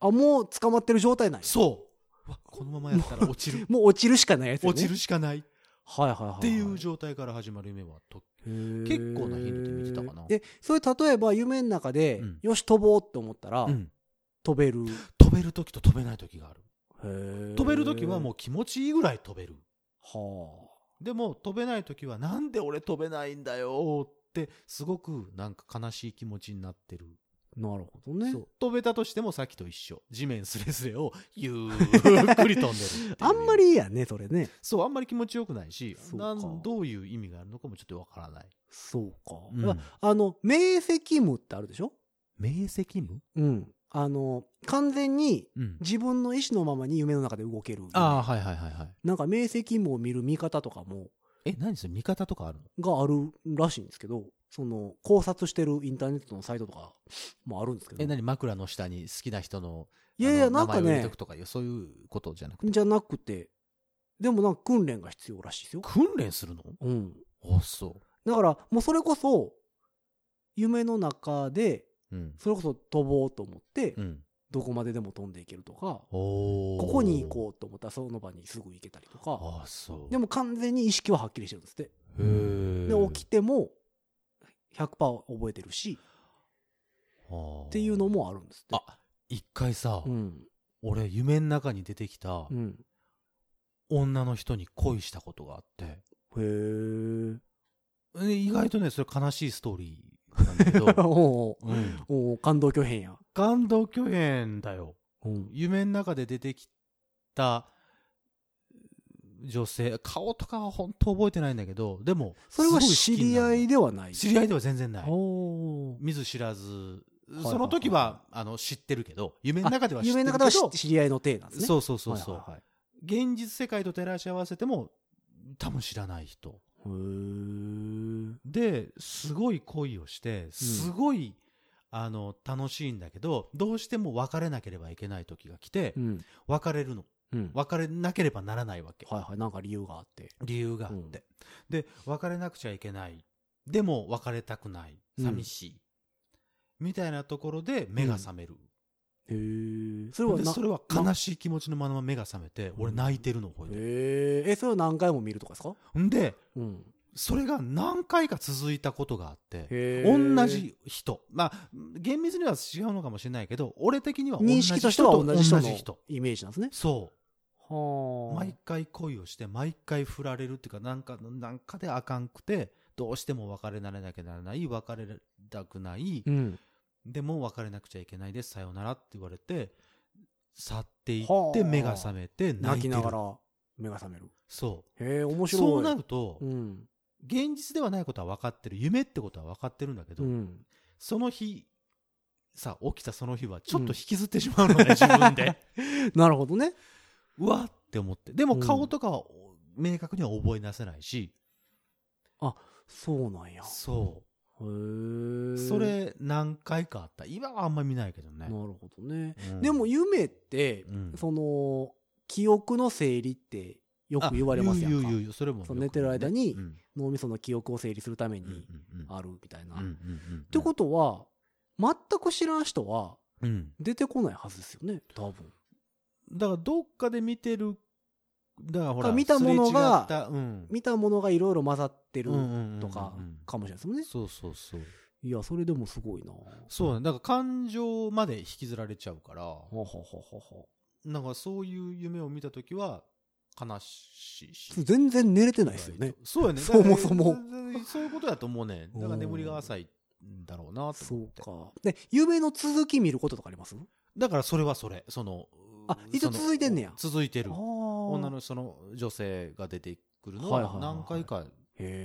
S2: あ、もう捕まってる状態ない
S3: そううわこのままやったら落 ちる。
S2: もう落ちるしかないやつ、ね、
S3: 落ちるしかないっ
S2: はいはいはいはい。
S3: ていう状態から始まる夢はと、
S2: 結
S3: 構な頻度で見てたかな
S2: え、それ例えば夢の中で、
S3: うん
S2: よし飛ぼうって思ったら、
S3: うん
S2: 飛べる。
S3: 飛べる時と飛べない時がある。飛
S2: 飛
S3: べる時はも
S2: う。
S3: う気持ちいいぐらい飛べる。
S2: は
S3: でも飛べない時はなんで俺飛べないんだよってすごくなんか悲しい気持ちになってる。
S2: あ。なるほどね
S3: そ。う飛べたとしてもさっきと一緒。地面すれすれをゆーっくり飛んでるっていう
S2: あんまりいいやね、それね。
S3: そう、あんまり気持ちよくないし、
S2: そうか
S3: なんどういう意味があるのかもちょっとわからない。
S2: そうか。
S3: うん
S2: ああの、明晰夢ってあるでしょ
S3: 明晰夢
S2: うん。あの、完全に
S3: うん。
S2: 自分の意思のままに夢の中で動ける。
S3: ああ、はいはいはいはい。
S2: なんか明晰夢を見る見方とかも、
S3: え、何それ見方とかあるの
S2: があるらしいんですけど、その考察してるインターネットのサイトとかもあるんですけ
S3: え、
S2: ど
S3: 何枕の下に好きな人の、
S2: いやいや
S3: あの
S2: なんか
S3: 名前を入れ
S2: ね
S3: とくとかいう、そういうことじゃなくて。
S2: じゃなくてでもなんか訓練が必要らしいですよ、
S3: 訓練するの
S2: うん、
S3: あ、そ
S2: だからもうそれこそ夢の中で
S3: う。うん。
S2: それこそ飛ぼうと思って
S3: うん。
S2: どこまででも飛んでいけるとか
S3: お
S2: ここに行こうと思ったらその場にすぐ行けたりと
S3: う
S2: か
S3: あ、そう。
S2: でも完全に意識ははっきりしてるんですって
S3: へ
S2: で
S3: え。
S2: 起きても100%覚えてるし
S3: っ
S2: っていうの。もあるんですって
S3: あ、一回さ、
S2: うん
S3: 俺、夢の中に出てきた
S2: う、ん
S3: 女の人に恋したことがあって、
S2: へえ
S3: え意外とね、それ悲しいストーリーなんだけど、
S2: おう
S3: うん
S2: おう感動巨編や
S3: 感動巨編だよ。
S2: うん
S3: 夢の中で出てきた女性顔とかは本当覚えてないんだけどでも
S2: それは
S3: すご
S2: 知
S3: 好きに
S2: り
S3: なるの
S2: 合いではない
S3: 知り合いでは全然ない
S2: おー
S3: 見ず知らず
S2: いはい
S3: その時はあの知ってるけど夢の中では知って
S2: 夢
S3: る
S2: の中
S3: け
S2: では
S3: ど
S2: 知知り合いの体なんですね
S3: そうそうそうそう
S2: はいはいはい
S3: 現実世界と照らし合わせても多分知らない人
S2: へー
S3: ですごい恋をしてすごいあの楽しいんだけどどうしても別れなければいけない時が来て
S2: うん
S3: 別れるの
S2: うん
S3: 別れなければならないわけ
S2: はいはいなんか理由があって
S3: 理由があって、
S2: うん
S3: で別れなくちゃいけないでも別れたくない
S2: うん
S3: 寂しい、みたいなところで目が覚める、
S2: へえそれは
S3: で
S2: な
S3: それは悲しい気持ちのまま目が覚めて俺泣いてるの覚えてる、
S2: へーえそれを何回も見るとかですか
S3: んで
S2: うん
S3: それが何回か続いたことがあって
S2: へー
S3: 同じ人まあ厳密には違うのかもしれないけど俺的には同じ
S2: 認
S3: 人
S2: 識としては同じ人
S3: 同じ
S2: のイメージなんですね
S3: そう
S2: はあ
S3: 毎回恋をして毎回振られるっていうかなんかなんかであかんくてどうしても別れられなきゃならない別れたくない
S2: うん
S3: でも別れなくちゃいけないですさよならって言われて去ってい
S2: は
S3: っ
S2: あ
S3: て目が覚めて泣
S2: 泣
S3: い
S2: き
S3: てる
S2: ながら目が覚める
S3: そ
S2: へえ面白
S3: う
S2: い
S3: そうなると
S2: うん
S3: 現実ではないことは分かってる夢ってことは分かってるんだけど
S2: うん
S3: その日さ起きたその日はちょっと引きずってしまうの ね自分で
S2: なるほどね
S3: うわって思ってでも
S2: うん
S3: 顔とかは明確には覚えなせないし
S2: そうなんや
S3: そう
S2: へえ
S3: それ何回かあった今はあんま見ないけど
S2: な
S3: ね
S2: る、ほどね
S3: うん
S2: でも夢って
S3: うん
S2: その記憶の整理ってよく言われますやん
S3: あ言う言う
S2: か
S3: 言うそれもよく
S2: そう寝てる間に
S3: うんうん
S2: 脳みその記憶を整理するため
S3: うん
S2: に
S3: うん
S2: あるみたいな
S3: うんうんう
S2: っ
S3: ん
S2: てことは全く知らん人は
S3: うん
S2: 出てこないはずですよね多分
S3: だからどっかで見てるだから
S2: だか
S3: ほ
S2: ら
S3: ら
S2: 見たものが
S3: すれ違ったうん
S2: 見たものがいろいろ混ざってると
S3: うん
S2: か
S3: うんうんうん
S2: かもしれないですもんね
S3: そうそうそう
S2: いやそれでもすごいな
S3: そうだねだから感情まで引きずられちゃうから
S2: ははははは
S3: なんかそういう夢を見た時は悲しいし
S2: 全然寝れてないですよね
S3: そうやね
S2: そもそも
S3: だからそういうことだと思うねだから眠りが浅いんだろうなと
S2: そ
S3: 思っ
S2: う
S3: て
S2: か。で、夢の続き見ることとかあります
S3: だからそれはそれその
S2: あ一応
S3: その
S2: 続いてんねや
S3: 続いてる女
S2: 女
S3: のその女性が出てくるの
S2: はいはいは
S3: はい何回か、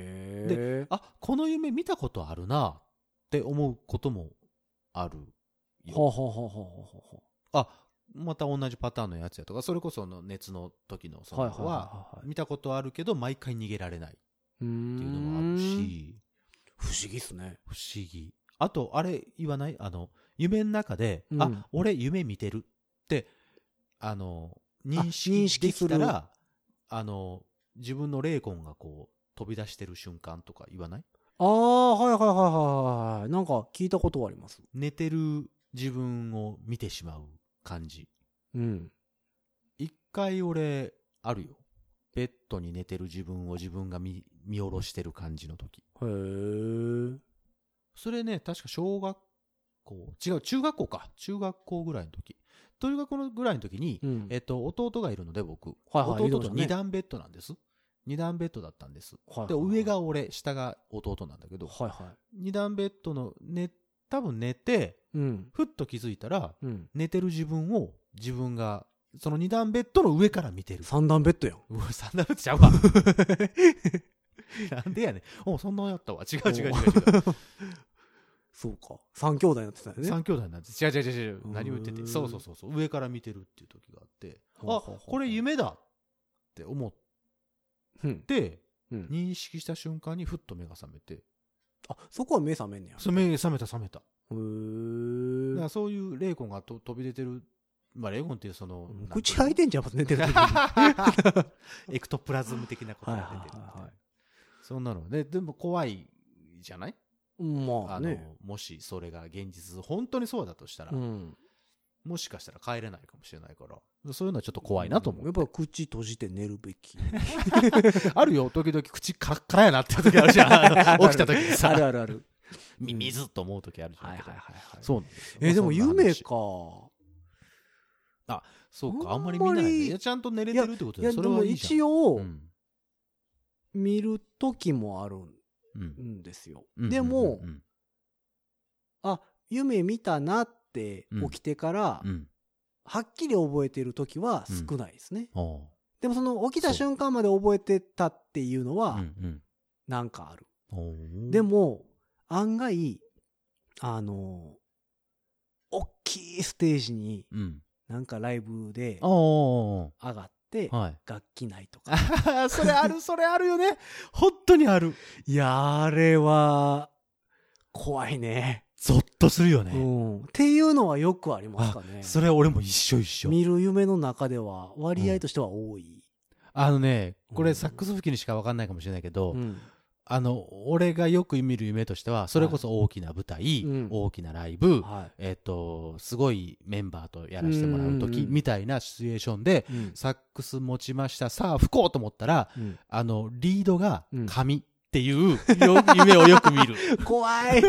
S2: へえ。
S3: あこの夢見たことあるなって思うこともある
S2: はあはあはあはあはあは
S3: あまた同じパターンのやつやとかそれこその熱の時のそ
S2: あ。はい
S3: の
S2: はい
S3: 子
S2: はい
S3: は
S2: はいはい。
S3: 見たことあるけど毎回逃げられないっ
S2: うーん
S3: ていうのもある。し
S2: 不思議っすね。
S3: 不思議あとあれ言わないあの夢の中で、
S2: うん
S3: あ俺夢見てるってあの認
S2: あ認
S3: 識
S2: 識
S3: できた
S2: す
S3: らあの自分の霊魂がこう飛び出してる瞬間とか言わない
S2: ああ、はいはいはいはいはい。なんか聞いたことはあります。
S3: 寝てる自分を見てしまう感じ
S2: うん。
S3: 一回俺あるよベッドに寝てる自分を自分が見見下ろしてる感じの時
S2: へえ。
S3: それね、確か小学校、違う、中学校か。中学校ぐらいの時。中学校ぐらいの時に、
S2: うん
S3: えっと、弟がいるので僕、
S2: はいはい
S3: 弟
S2: いる
S3: と
S2: のね
S3: 二段ベッドなんです。二段ベッドだったんです。
S2: はい
S3: で、上。が俺、下が弟なんだけど、
S2: はいは
S3: 二段ベッドの、ね、多分寝て、
S2: い。うん。
S3: ふっと気づいたら、
S2: うん。
S3: 寝てる自分を自分が、その二段ベッドの上から見てる。
S2: 三段ベッドやん。
S3: うわ、サンダルちゃ うわ。なんでやねん。おそんなんやったわ。違う違う違う違う。
S2: そうか。三兄弟になってたよね。
S3: 三兄弟なんです違う違う違う違う
S2: うーん
S3: 何を言っててそうそうそうそう上から見てるっていう時があって
S2: ほう
S3: あ
S2: ほうほう
S3: これ夢だって思っ
S2: うん。
S3: て
S2: うん
S3: 認識した瞬間にふっと目が覚めて
S2: あそこは目覚めんねや。
S3: そう目覚めた覚めた。
S2: へ
S3: だか
S2: ー
S3: らそういう霊魂がと飛び出てる、まあ霊魂っていうその、なんか
S2: 口開いてんじゃん、寝てる時に。は
S3: エクトプラズム的なこと
S2: いはい
S3: が出てるみたいな
S2: は
S3: そんなのね、でも怖いじゃない
S2: い。ま
S3: あ
S2: あ
S3: の、
S2: ね。
S3: もしそれが現実、本当にそうだとしたら、
S2: うん。
S3: もしかしたら帰れないかもしれないから、そういうのはちょっと怖いなと思う。
S2: やっぱ口閉じて寝るべ き。
S3: あるよ、時々口カラッカラやなって時あるじゃんあの。起きた時に
S2: ある
S3: さ、
S2: あるある。
S3: み水と思う時あるじゃん。
S2: はいはいはいはい。
S3: そうなんですよ
S2: え、でも夢
S3: そんな話
S2: か。
S3: そうか、あ
S2: あ
S3: ん
S2: ん
S3: ま
S2: ま
S3: り
S2: り
S3: 見ないね。いや、ちゃんと寝れてるってこと
S2: い
S3: だよ
S2: や、
S3: そ
S2: で
S3: れ
S2: も
S3: はいいじ
S2: 一
S3: ゃん。
S2: 応
S3: う、ん
S2: 見る時もある
S3: うん
S2: んですよ。
S3: うん
S2: でも
S3: う、ん
S2: あ、夢見たなって
S3: うん
S2: 起きてから
S3: う、ん。
S2: はっきり覚えてる時は少ないですね。
S3: ああ
S2: でもその起きた瞬間まで覚えてたっていうの
S3: う
S2: は、
S3: ん
S2: なんかある。
S3: うん。
S2: でも、案外、あの、大きいステージに、
S3: うん、
S2: なんかライブで
S3: ああ
S2: 上がって、
S3: はい。
S2: 楽器ないとか。
S3: あ あ、それある、それあるよね。本当にある。
S2: いや、あれは、怖いね。
S3: ゾッとするよ
S2: う
S3: ね。
S2: ん。っていうのはよくありますかね。
S3: それ俺も一緒一緒。
S2: 見る夢の中では、割合としては多い。
S3: あのね、こ
S2: う
S3: れ
S2: ん
S3: サックス吹きにしかわかんないかもしれないけど、
S2: うん。
S3: あの、俺がよく見る夢としては、それこそ大きな舞台、
S2: うん
S3: 大きなライブ、
S2: は
S3: えっ、と、すごいメンバーとやらせてもらう時
S2: うんうん
S3: みたいなシチュエーションで、
S2: い。うん。
S3: サックス持ちました。さあ、吹こうと思ったら、
S2: うん
S3: あの、リードが
S2: うん
S3: 紙っていう、よ夢をよく見る。
S2: 怖 い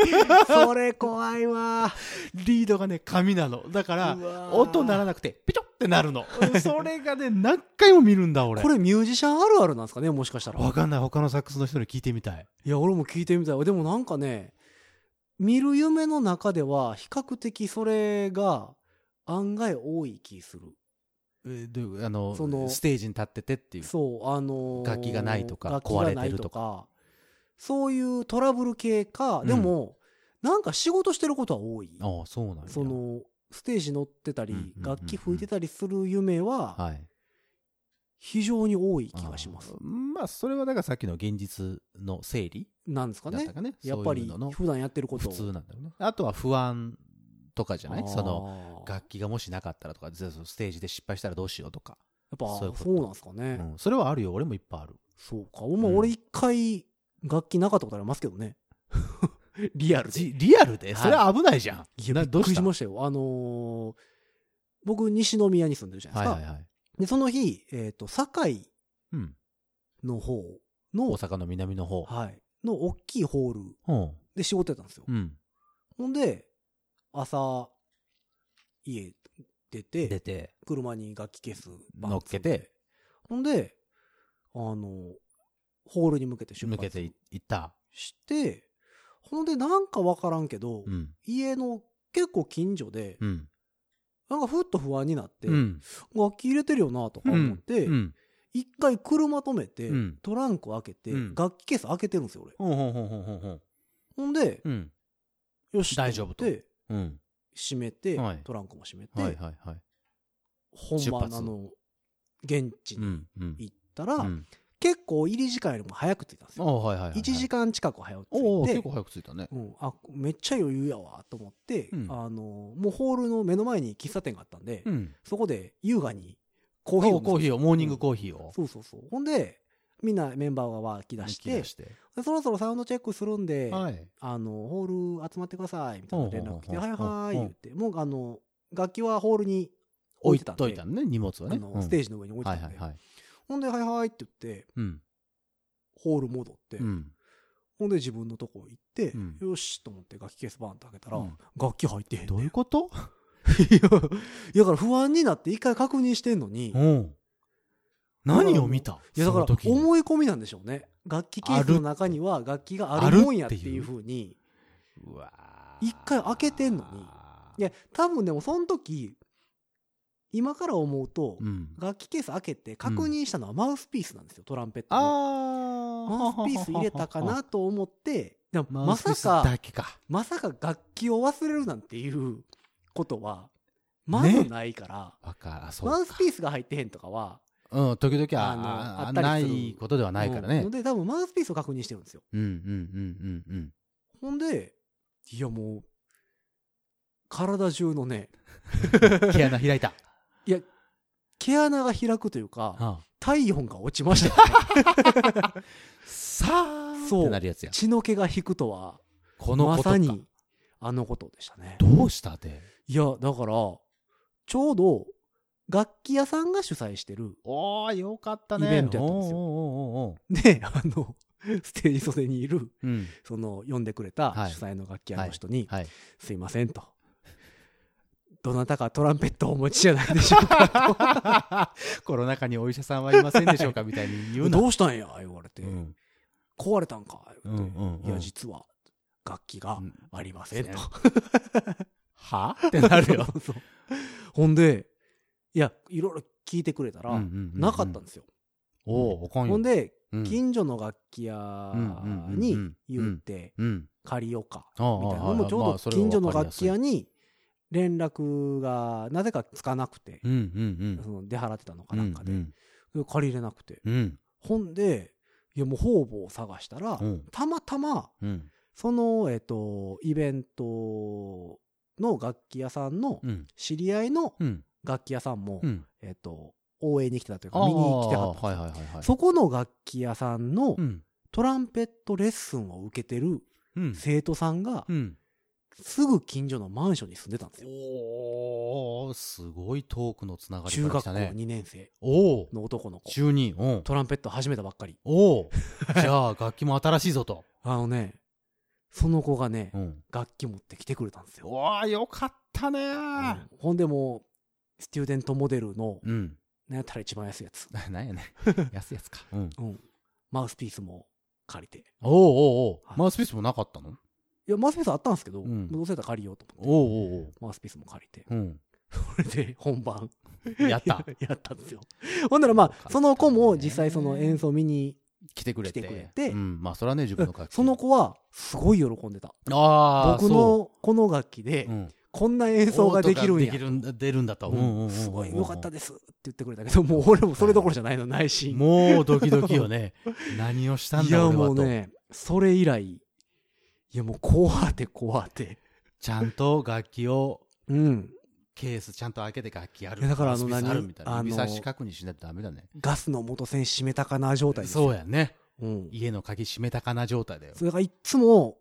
S2: それ怖いわ。
S3: リードがね、紙なの。だから
S2: う、わー
S3: 音鳴らなくて、ピチョってなるの。それがね、何回も見るんだ、俺。
S2: これミュージシャンあるあるなんですかねもしかしたら。
S3: わかんない。他のサックスの人に聞いてみたい。
S2: いや、俺も聞いてみたいわ。でもなんかね、見る夢の中では、比較的それが案外多い気する。
S3: えどういうあの
S2: その
S3: ステージに立っててっていう。
S2: そう、あのー
S3: 楽器がないとか
S2: 楽器がな
S3: 壊
S2: い
S3: れてると
S2: か。そういうトラブル系か、
S3: ん
S2: でも、なんか仕事してることは多い。
S3: ああ、そうなんや
S2: そ、の、ステージ乗ってたり、
S3: うんうんうんうん
S2: 楽器吹いてたりする夢は、
S3: はい。
S2: 非常に多い気がします
S3: あ。あまあ、それはだからさっきの現実の整理
S2: なんです
S3: だ
S2: か
S3: った
S2: ね。
S3: かね。
S2: やっぱ
S3: そうい
S2: り
S3: うのの、
S2: 普段やってること
S3: 普
S2: を
S3: 通なんだよね。あとは不安とかじゃないその、
S2: のやっ
S3: 楽器がもしなかったらとか、ずそのステージで失敗したらどうしようとか。
S2: ぱ
S3: そういうこと
S2: そうなんですかね。
S3: うん。それはあるよ。俺もいっぱいある。
S2: そうか。まあ、俺一回、楽器なかったことありますけどね。 リアルで。
S3: じリアル
S2: は
S3: で
S2: い
S3: それは危ないじゃん。
S2: いや、
S3: な
S2: びっくりし
S3: の
S2: ましたよ。あのー僕、西宮に住んでるじゃない
S3: は
S2: で
S3: い
S2: すか。
S3: はいはい。
S2: で、その日、えっ、と、堺
S3: うん。
S2: の方
S3: 大
S2: の、
S3: 阪の南の方。
S2: はい、の大きいホール
S3: うん。
S2: で仕事やったんですよ。
S3: うん。
S2: ほんで、朝、家出
S3: 出
S2: て、
S3: て、
S2: 車に楽器ケースバン
S3: 乗っけて、
S2: ほんで、あの、ホールに向けて出
S3: 向け
S2: 発
S3: てい行った。
S2: して、ほんで、なんかわからんけど、
S3: うん。
S2: 家の結構近所で、
S3: うん。
S2: なんかふっと不安になって、
S3: うん。
S2: 楽器入れてるよなとか思って、
S3: うん。
S2: 一回車止めて、
S3: うん
S2: トランク開けて、
S3: うん
S2: 楽器ケース開けてるんですよ、俺。
S3: ほんほんほんほんほんほん。
S2: ほんで、
S3: うん。
S2: よし、
S3: 大丈夫と
S2: で、
S3: うん。
S2: 閉めて、
S3: はい
S2: トランクも閉めて、
S3: はいはいはい。
S2: 本
S3: 出
S2: 番
S3: 発
S2: のあの、現地
S3: う
S2: に
S3: ん。うん。
S2: 行ったら、
S3: うん
S2: 結構入り時間よりも早く着いたんです
S3: あ
S2: よ。
S3: はいはいはいはい。
S2: 1時間近く早く着
S3: おお、
S2: い
S3: 結
S2: て
S3: 構、早く着いたね。
S2: うん、あめっちゃ余裕やわと思って、
S3: うん
S2: あのもうホールの目の前に喫茶店があったんで、
S3: うん。
S2: そこで優雅にコーヒーを飲
S3: お
S2: んでたんですよ
S3: コーヒーを、モーニングコーヒーを。
S2: そうそうそう。ほんで、みんなメンバーが湧き出して、
S3: 出して。
S2: でそろそろサウンドチェックするんで、
S3: はい。
S2: あの、ホール集まってください、みたいな連絡来て、
S3: ほう
S2: は
S3: ほ
S2: いう
S3: ほう
S2: はい、
S3: ほう
S2: 言って、もうあの、楽器はホールに置い
S3: 置い
S2: てたんで、
S3: といたのね、荷物は
S2: あ
S3: ね。
S2: のステー
S3: ージ
S2: ジの上に置いて
S3: は
S2: た
S3: い
S2: んで、
S3: はいはい。
S2: ほんで、はいはいって言って、
S3: うん。
S2: ホール戻って、
S3: うん。
S2: ほんで自分のとこ行って、
S3: うん
S2: よしと思って楽器ケースバンって開けたら、
S3: うん
S2: 楽器入ってへんねん
S3: どういうこと
S2: いやだから不安になって一回確認してんのに、い
S3: うん。何を見た
S2: やだから
S3: その時に
S2: 思い込みなんでしょうね。楽器ケースの中には楽器があるもんやっていうふうに、
S3: うわー
S2: 一回開けてんのにいや、多分でもその時、今から思うと、
S3: うん。
S2: 楽器ケース開けて確認したのはマウスピースなんですよ、トランペットの。
S3: あ
S2: マウスピース入れたか なと思って、でも
S3: マ
S2: ま
S3: ウスピー
S2: さ
S3: スだ
S2: か、
S3: けか。
S2: まさか楽器を忘れるなんていうことは、まずないから、
S3: わかあ、そう
S2: マ
S3: か。
S2: ウスピースが入ってへんとかは、
S3: うん、時々は
S2: あの
S3: あ
S2: あったり
S3: な
S2: する
S3: いことではないから
S2: うん
S3: ね
S2: の。で、多分マウスピースを確認してるんですよ。
S3: うんうんうんうんうん。
S2: ほんで、いやもう、体中のね、
S3: 毛穴開 いた。
S2: 毛穴が開くというか、
S3: ああ
S2: 体温が落ちました よね。
S3: さあ
S2: そう
S3: ってなるやつや。
S2: 血の毛が引くとは、
S3: この
S2: ま
S3: こ
S2: さ
S3: とか。
S2: に、あのことでしたね。
S3: どうしたで
S2: いや、だから、ちょうど、楽器屋さんが主催してる、
S3: おー、よかった
S2: ね
S3: ね。
S2: お
S3: お
S2: で、あの、ステージ袖にいる、
S3: ーうん。
S2: その、呼んでくれた
S3: はい
S2: 主催の楽器屋の人に、
S3: はい。
S2: すいませんと。どなたかトランペットをお持ちじゃないでしょうか。
S3: コロナ禍にお医者さんはいませんでしょうかみたいに 言うな。
S2: どうしたんや言われて、
S3: うん
S2: 壊れたんか言われて、
S3: うんうんうん
S2: いや、実は、楽器が
S3: うん
S2: ありませんと。
S3: は ってなるよ。
S2: そうそうそうほんで、いや、いろいろ聞いてくれたら、
S3: うんうんうん
S2: なかったんですよ。
S3: おー、おかんよ。
S2: ほんで、
S3: うん、
S2: 近所の楽器屋に言って
S3: うん。
S2: 借りようか
S3: みたいな
S2: みたいなのもちょうど近所の楽器屋に連絡がなぜかつかなくて
S3: うんうん
S2: その出払ってたの
S3: う
S2: か
S3: ん。
S2: なんかで
S3: うん
S2: で借りれなくて
S3: うん。
S2: ほんでいやもう方々を探したら
S3: うん
S2: たまたま
S3: うん。
S2: そのえっとイベントの楽器屋さんの
S3: うん。
S2: 知り合いの
S3: うん。
S2: 楽器屋さんも
S3: うん。
S2: えっと応援に来てたというか見に来てはった
S3: はいはいはいはい。
S2: そこの楽器屋さんの
S3: うん。
S2: トランペットレッスンを受けてる
S3: うん。
S2: 生徒さんが
S3: うん。
S2: すぐ近所のマンションに住んでたんですよ。
S3: おー、すごいトークのつながり
S2: 中
S3: が
S2: 学
S3: 来た
S2: 校
S3: ね。
S2: 2年生
S3: おー、
S2: の男の子。
S3: 中二。うん。
S2: トランペット始めたばっかり。
S3: おー、じゃあ楽器も新しいぞと。
S2: あのね、その子がね、
S3: うん。
S2: 楽器持ってきてくれたんですよ。
S3: おー、よかったねー。
S2: うんほんでもう、スチューデントモデルの、
S3: うん。
S2: なんやったら一番安いやつ。
S3: なん やね。安いやつか。うん。
S2: うん。マウスピースも借りて。
S3: おーおーお
S2: は
S3: ー
S2: い
S3: マウスピースもなかったの
S2: いや、マウスピースあったんですけど、
S3: うん
S2: どうせやったら借りようと
S3: おー
S2: 思って。
S3: おー
S2: マウスピースも借りて。
S3: おーうん。
S2: これで本番。
S3: やった。
S2: やったんですよ。ほんならま
S3: よかった
S2: あ、
S3: ね
S2: その子も実際その演奏見に、
S3: 来てくれて。
S2: 来てくれて
S3: うん。まあ、それはね、自分の楽器。
S2: その子はすごい喜んでた。
S3: ああ、
S2: 僕
S3: そう
S2: のこの楽器で
S3: うん
S2: こんな演奏ができるん
S3: 音がで
S2: や
S3: き。るんだ出るんだと。
S2: うん
S3: うんうんうん
S2: すごい良かったですって言ってくれたけど、もう俺もそれどころじゃないの、内 心。
S3: もうドキドキよね。何をしたん
S2: い
S3: だ
S2: や
S3: 俺は
S2: も
S3: と
S2: う。ね、それ以来、いやもう怖って怖って。
S3: ちゃんと楽器を、
S2: うん。
S3: ケースちゃんと開けて楽器あ
S2: い
S3: る。
S2: やだからあの
S3: スピースある
S2: 何
S3: みたいな。
S2: あの
S3: 指差し確認しないとダメだね。
S2: ガスの元栓閉めたかな状態ですよ。
S3: そうやね。
S2: うん。
S3: 家の鍵閉めたかな状態だよ。
S2: それがいっつも、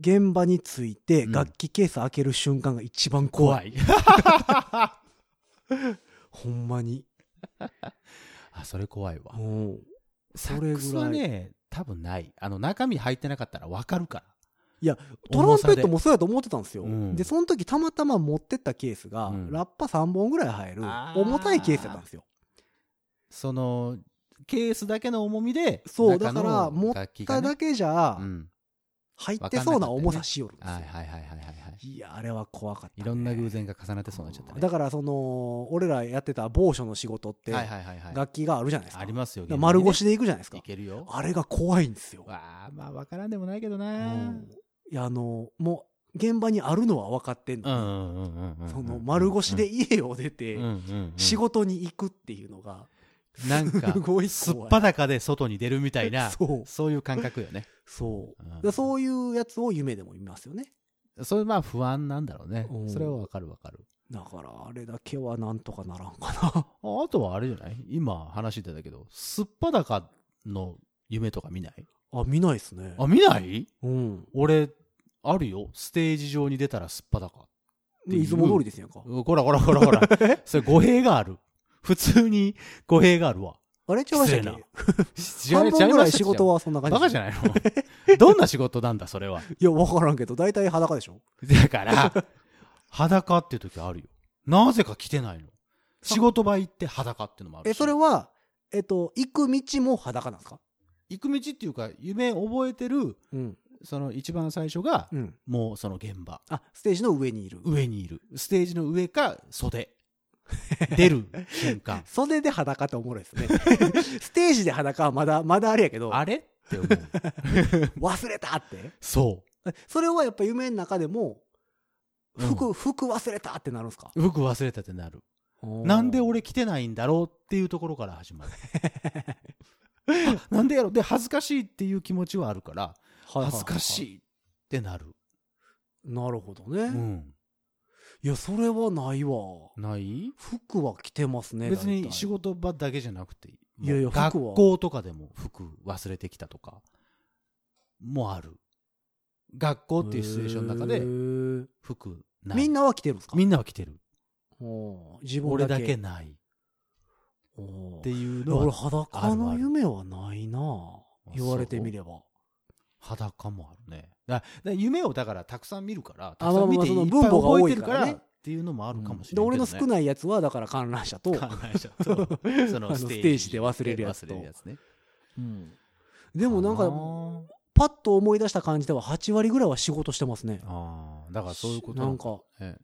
S2: 現場について
S3: うん
S2: 楽器ケース開ける瞬間が一番怖い。
S3: 怖い。
S2: ほんまに。
S3: あ、それ怖いわ。
S2: うん。
S3: サ
S2: れぐらい
S3: ックスはね、多分ない。あの、中身入ってなかったらわかるから。
S2: いや、トランペットもそうやと思ってたんですよ。
S3: うん
S2: で、その時たまたま持ってったケースが、
S3: うん
S2: ラッパ3本ぐらい入る、
S3: あー
S2: 重たいケースだったんですよ。
S3: その、ケースだけの重みで、
S2: そう
S3: 中の
S2: だから持
S3: 楽器
S2: た
S3: がね
S2: だけじゃ
S3: う、ん。
S2: 入ってそうな重さしよるんですよ。
S3: はいはいはいはいはいはい。
S2: いや、あれは怖かった、ね。
S3: いろんな偶然が重なってそうになっちゃったね。
S2: だから、その、俺らやってた某所の仕事って、
S3: はいはいはいはい。
S2: 楽器があるじゃないですか。
S3: ありますよ。
S2: だから丸
S3: 現場にね
S2: 腰で行くじゃないですか
S3: い。けるよ。
S2: あれが怖いんですよ。
S3: わあ、まあわからんでもないけど
S2: う
S3: な。うん
S2: ん、いや、あの、もう、現場にあるのは分かってん
S3: う
S2: の。
S3: んうんうんうん。
S2: その、丸腰で家を出て、
S3: うんうんうん
S2: 仕事に行くっていうのが、
S3: なん
S2: す
S3: か
S2: ごい怖い
S3: すっぱだかで外に出るみたいな、
S2: そう
S3: そういう感覚よ ね。
S2: そうう。
S3: ん
S2: だからそういうやつを夢でも見ますよね。
S3: それまあ不安なんだろうね
S2: う。ん
S3: それはわかるわかる。
S2: だからあれだけはなんとかならんかな。
S3: ああとはあれじゃない今話してたけど、すっぱだかの夢とか見ない
S2: あ、見ないですね。
S3: あ、見ない
S2: うん。
S3: 俺、あるよ。ステージ上に出たらすっぱだか。
S2: でいつも通りですやんか。
S3: ほらほらほ らほら。それ語弊がある。普通に語弊があるわ。
S2: あれちゃいましたっけ
S3: 違
S2: 半分ぐらい仕事
S3: は
S2: はそんな感じ。
S3: バカじゃ
S2: ない
S3: ない のどんな仕事なんだ、それは。
S2: いや、わからんけど、大体裸でしょ
S3: だから、 裸って時あるよ。なぜか着てないの。仕事場行って裸ってのもあるし
S2: え、それは、えっと、行く道も裸なんですか
S3: 行く道っていうか、夢覚えてる、
S2: うん。
S3: その一番最初が、
S2: うん。
S3: もうその現場。
S2: あ、ステージの上にいる。。
S3: 上にいる。ステージの上か、 袖。出る瞬間
S2: 袖で裸っておもろいですね。 ステージで裸はまだ、まだあれやけど、
S3: あれって 思う。
S2: 忘れたって。
S3: そ
S2: えそれはやっぱ夢の中でも、
S3: うん
S2: 服、服忘れたってなるんですか
S3: う。服忘れたってなる。なんで俺着てないんだろうっていうところから始 まる。あなんでやろうで、恥ずかしいっていう気持ちはあるから、恥ずかし
S2: い。
S3: いっってなる。
S2: なるほどね、
S3: うん。
S2: いや、それはないわ。
S3: ない
S2: 服は着てますね。
S3: 別
S2: 大
S3: に
S2: 体
S3: 仕事場だけじゃなくていい。
S2: いやいや
S3: もう
S2: 服は
S3: 学校とかでも服忘れてきたとか、もある。学校っていうシチュエーションの中
S2: へ
S3: で
S2: ー
S3: 服ない。
S2: みんなは着てるんですか
S3: みんなは着てる。
S2: おー自分
S3: 俺
S2: だけ。
S3: だけない。っ
S2: おー
S3: てい
S2: い
S3: う
S2: や
S3: の
S2: 俺
S3: は、
S2: 裸
S3: あるあ
S2: の
S3: る
S2: 夢はないな
S3: あ
S2: 言われてみれば。
S3: 裸もあるね。だだ夢をだからたくさん見るから、た
S2: あ
S3: くさん見てい
S2: まあまあその分
S3: っぱい
S2: 母が
S3: 覚
S2: 多
S3: えて
S2: い
S3: る
S2: か
S3: から
S2: ね
S3: らっていうのもあるかもしれ
S2: で
S3: ない。
S2: 俺の少ないやつはだから観覧車と、
S3: 考えちゃう とそ
S2: あのステージで忘れるやつと
S3: 忘れるやつね。
S2: うんでもなん
S3: あ
S2: か
S3: のー
S2: パッと思い出した感じでは8割ぐらいは仕事してますね。
S3: あーだからそういうこと
S2: なんか
S3: ね。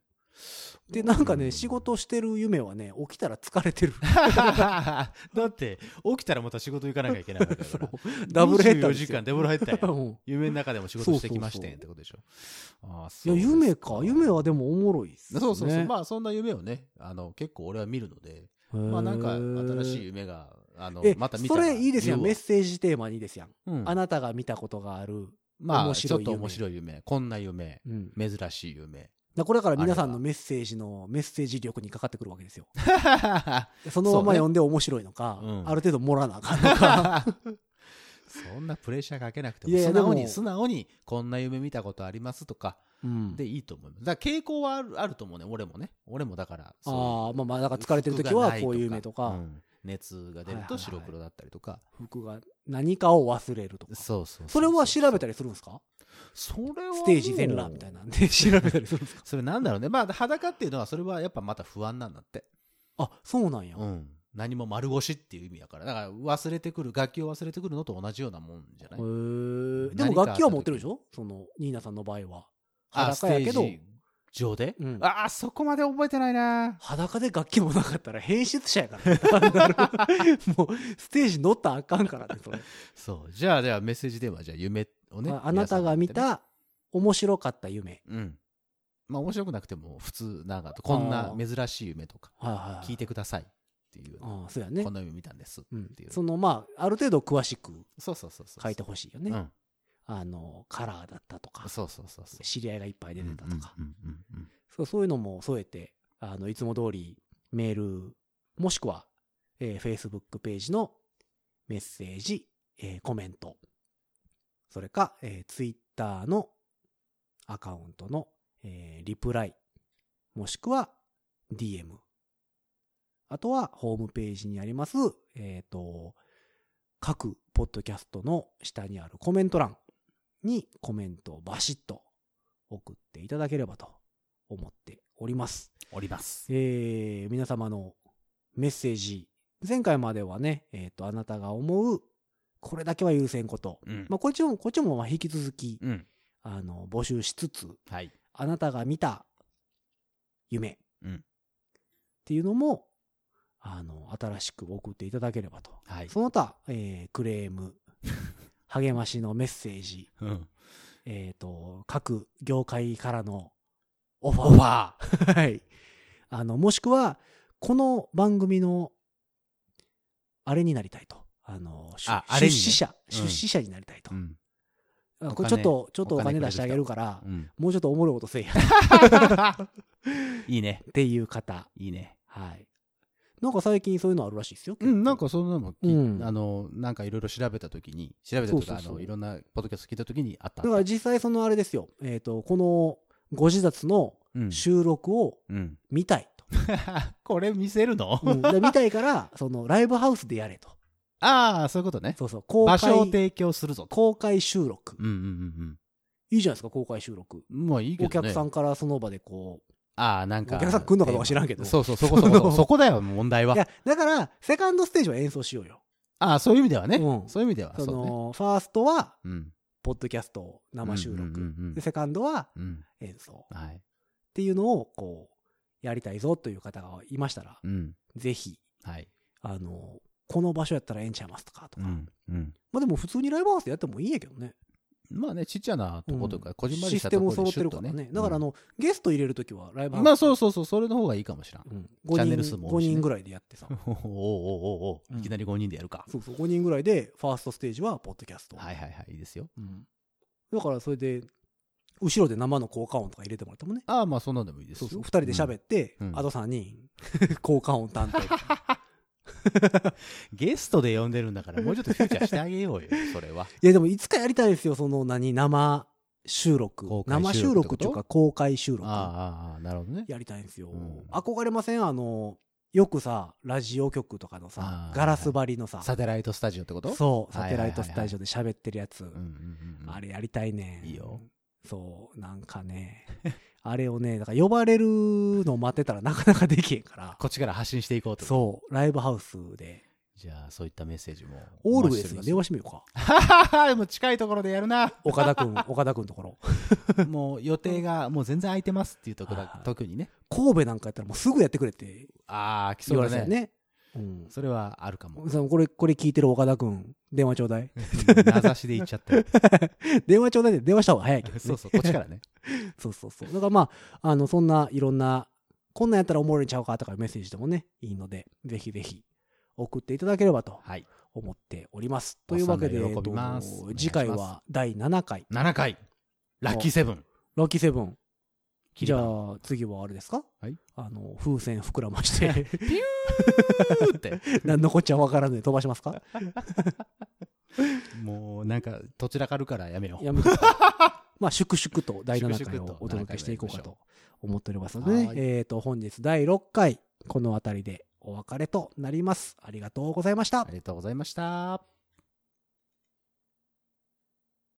S2: でなんかね、
S3: うん
S2: 仕事してる夢はね起きたら疲れて る
S3: だって、起きたらまた仕事行かなきゃいけないわけ だから。
S2: ダブルヘッダーで
S3: 24時
S2: すよ
S3: 間ダブル入ったんや
S2: うん
S3: 夢の中でも仕事してきましてんってことでしょ。あー
S2: い
S3: そ
S2: や
S3: うです
S2: 夢か夢はでもおもろいっす、ね、
S3: そうそうそう。まあそんな夢をね、あの、結構俺は見るので、まあなんか新しい夢が、あの
S2: え、
S3: また見た
S2: そ
S3: ら
S2: れいいですやん
S3: 言
S2: メッ
S3: う
S2: セージテーマにいいですやん、
S3: わうん
S2: あなたが見たことがある、
S3: ま
S2: 面
S3: あち
S2: 白
S3: ょっ
S2: い夢
S3: と面白い夢、こんな夢、
S2: うん、だか
S3: 珍しい 夢。
S2: らこれから皆さん
S3: あれ
S2: の
S3: は
S2: メッセージのメッセージ力にかかってくるわけですよそ
S3: の
S2: のま
S3: まま
S2: ま読んで面白いのか、
S3: うん
S2: ある程度盛らなあかんのか
S3: そんなプレッシャーかけなくて
S2: い
S3: も、
S2: やいや
S3: 素直
S2: で
S3: に、
S2: も
S3: 素直に、こんな夢見たことありますとか、
S2: うん
S3: でいいと思います。だから傾向はあるあると思うね、俺もね。俺もだから、そういう
S2: ああまあまあだから疲れてる時はこういう夢とか、
S3: うん熱が出ると白黒だったりとか、
S2: 服が何かを忘れるとか
S3: そうそう
S2: それは調べた
S3: り
S2: りするんですか
S3: それは
S2: ステージ全裸みたい なんで調べたりするんですか
S3: それなんだろうねまあ裸っていうのはそれはやっぱまた不安なんだって
S2: あそうなんや、
S3: うん何も丸腰っていう意味だからだから忘れてくる楽器を忘れてくるのと同じようなもんじゃない
S2: へえで
S3: 何
S2: も
S3: かあった時
S2: 楽器は持ってるでしょそのニーナさんの場合は
S3: あ
S2: 裸やけど
S3: ステージ上で、
S2: うん
S3: ああそこまで覚えてないな
S2: 裸で楽器もなかったら変質者やから ねもうステージ乗ったらあかんからねそれ
S3: そうじゃあじゃあメッセージではじゃあ夢をね
S2: ああなたが見た面白かった夢
S3: 皆さんが見てねうんまあ面白くなくても普通なんかとこんな珍しい夢とか
S2: はいはいはい
S3: 聞いてくださいっていうような
S2: ああそうやね
S3: こんな夢見たんです。
S2: うん
S3: ていう
S2: そのまあある程度詳しく
S3: そうそうそうそう。
S2: 書いてほしいよ
S3: う
S2: ね、
S3: ん。
S2: あのカラーだったとか
S3: そうそうそうそう。
S2: 知り合いがいっぱい出てたとか、
S3: うんうんうんうん
S2: そうそういうのも添えてあのいつも通りメールもしくは、えー Facebook ページのメッセージ、えーコメントそれか、えー Twitter のアカウントの、えーリプライもしくは DM あとはホームページにありますえっ、と各ポッドキャストの下にあるコメント欄にコメントをバシッと送っていただければと思っております。
S3: おります。
S2: えー皆様のメッセージ、前回まではね、えっ、と、あなたが思う、これだけは許せんこと。
S3: うん
S2: まあ、こっちも、こっちもまあ引き続き、
S3: うん。
S2: あの、募集しつつ、
S3: はい。
S2: あなたが見た夢、
S3: うん
S2: っていうのも、あの、新しく送っていただければと。
S3: はい。
S2: その他、えークレーム、励ましのメッセージ、
S3: うん
S2: えっ、と、各業界からのオファ
S3: オ
S2: ー
S3: フ。ァー
S2: はい。あの、もしくは、この番組の、あれになりたいと。あの、出
S3: ああ
S2: 出
S3: れにね
S2: 資者、
S3: うん
S2: 出資者になりたいと。
S3: うん
S2: あ
S3: お
S2: これ
S3: 金
S2: ちょっと、ちょっとお
S3: お金
S2: 金出してあげるから、
S3: うん。
S2: もうちょっとおもろいことせえや。っ
S3: いいね。
S2: ていう方。
S3: いいね。
S2: はい。なんか最近そういうのあるらしいですよ。
S3: うん、なんかそんなの、
S2: うん
S3: あの、なんかいろいろ調べたときに、調べたと
S2: そう
S3: か、あ
S2: そうそう
S3: の、いろんなポッドキャスト聞いたときにあった。
S2: だから実際そのあれですよ。えっ、と、このご自殺の
S3: うん。
S2: 収録を
S3: うん。
S2: 見たいと。
S3: これ見せるの
S2: うんで見たいから、そのライブハウスでやれと。
S3: ああ、そういうことね。
S2: そうそう。公
S3: 場
S2: 開、
S3: 所を提供するぞと。
S2: 公開収録。
S3: うんうん
S2: いいじゃないですか、公開収録。
S3: うんうん。まあいいけ
S2: お
S3: どね。
S2: 客さんからその場でこ
S3: ああ、なんか。
S2: お客さん来んのかどうか知らんけど
S3: そうそう、そこそこ
S2: そ
S3: そ
S2: の
S3: こ。そこだよ、問題
S2: う。。
S3: はい
S2: や、だから、セカンドステージは演奏しようよ。
S3: ああ、そういう意味ではね。
S2: うん
S3: そういう意味では、
S2: そ
S3: そうね。
S2: の、ファーストは、
S3: うん。
S2: ポッドキャスト、生収
S3: うんうん
S2: 録。
S3: うん
S2: で、セカンドは、
S3: うん。うん
S2: 演奏。っ
S3: はい。
S2: ていうのを、こう、やりたいぞという方がいましたら、
S3: うん。
S2: ぜひ、
S3: はい。
S2: あの、この場所やったらええんちゃいますとか、と
S3: う
S2: か。
S3: ん。うん。
S2: まあでも、普通にライブハウスでやってもいいんやけどね。
S3: まあね、ちっちゃなとこというか、こじんまり
S2: シ
S3: し
S2: ス
S3: た
S2: テ
S3: と
S2: ム
S3: こ
S2: を揃
S3: ろで
S2: ってるから
S3: シュッと
S2: ね。だから、あ、の、ゲスト入れるときはライブ
S3: う
S2: ハウ
S3: ん
S2: ス。
S3: まあそうそうそう、それの方がいいかもしらん。
S2: うん。
S3: チャ
S2: 5
S3: ンネル数
S2: 人、
S3: も
S2: 五
S3: 多いしね
S2: 人ぐらいでやってさ。
S3: おうおうおうおう
S2: うん
S3: いきなり5人でやるか。
S2: そうそう、5人ぐらいで、ファーストステージは、ポッドキャスト。
S3: はいはいはい、いいですよ。
S2: うんだからそれで後ろで生の効果音とか入れてもらってもね。
S3: ああ、まあそんなんでもいいです
S2: そ
S3: よ。
S2: うそう。二人で喋
S3: っ
S2: って、
S3: うん
S2: あと三人、 効果音担当。
S3: ゲストで呼んでるんだから、もうちょっとフューチャーしてあげようよ、それは。
S2: いや、でもいつかやりたいですよ、その何、生収録。
S3: 公開
S2: 生
S3: 収
S2: 収
S3: 録
S2: 録っ
S3: ってこと
S2: ていうか、公開収録。
S3: ああああ、なるほどね。
S2: やりたいんですよ、
S3: うん
S2: 憧れませんあの、よくさ、ラジオ局とかの
S3: あ
S2: さ、
S3: ー
S2: ガラス張りのさ、
S3: サテライトスタジオってこと
S2: そう、
S3: は
S2: サ
S3: い
S2: テ
S3: は
S2: ラ
S3: いはい
S2: イトスタジオで喋ってるやつ。
S3: うんうんうん。
S2: あれやりたいね。
S3: いいよ。
S2: そう、なんかね、 あれをね、だから呼ばれるのを待ってたらなかなかできへんから、
S3: こっちから発信していこうと。
S2: そう、ライブハウスで、
S3: じゃあ、そういったメッセージも。
S2: オールウェイズが電
S3: 電話
S2: 話してみようか。
S3: で も近いところでやるな。
S2: 岡田くん、 岡田くんところ。
S3: もう予定がもう全然空いてますっていうところ
S2: はいは
S3: だ
S2: い
S3: 特にね。
S2: 神戸なんかやったらもうすぐやってくれって
S3: ああ、来
S2: 言
S3: そ
S2: われ
S3: う
S2: てた
S3: だ
S2: よ
S3: ね。
S2: ね。うん。
S3: それはあるか も。
S2: そのこれ、これ聞いてる岡田くん、電話ちょうだい。
S3: 名指しで言っちゃったよ。
S2: 電話ちょうだいで電話した方が早い けどね。
S3: そうそう、こっちからね。
S2: そうそうそう。だからまあ、あの、そんないろんな、こんなんやったらおもろいんちゃうかとかいうメッセージでもね、いいので、ぜひぜひ送っていただければと
S3: はい。
S2: 思っております。
S3: お
S2: と
S3: っ
S2: い
S3: さ
S2: うん
S3: が
S2: わけで、え
S3: 喜びます
S2: っと
S3: お願いします
S2: 次回は第7回、
S3: 7回、ラッキーセブン。
S2: ロッキーセブン。
S3: 切り
S2: じゃ
S3: 板
S2: あ次はあれですか
S3: はい
S2: あの、風船膨らま して、
S3: ふー って。
S2: 何のこっちゃわからんので飛ばします か
S3: もうなんか、どちらかるからやめよう。
S2: やめとく まあ、粛々と第7回をお届けしていこうかと思っておりますのでね
S3: は、い
S2: えっと、本日第6回、この辺りでお別れとなります。ありがとうございました
S3: あ。りがとうございました。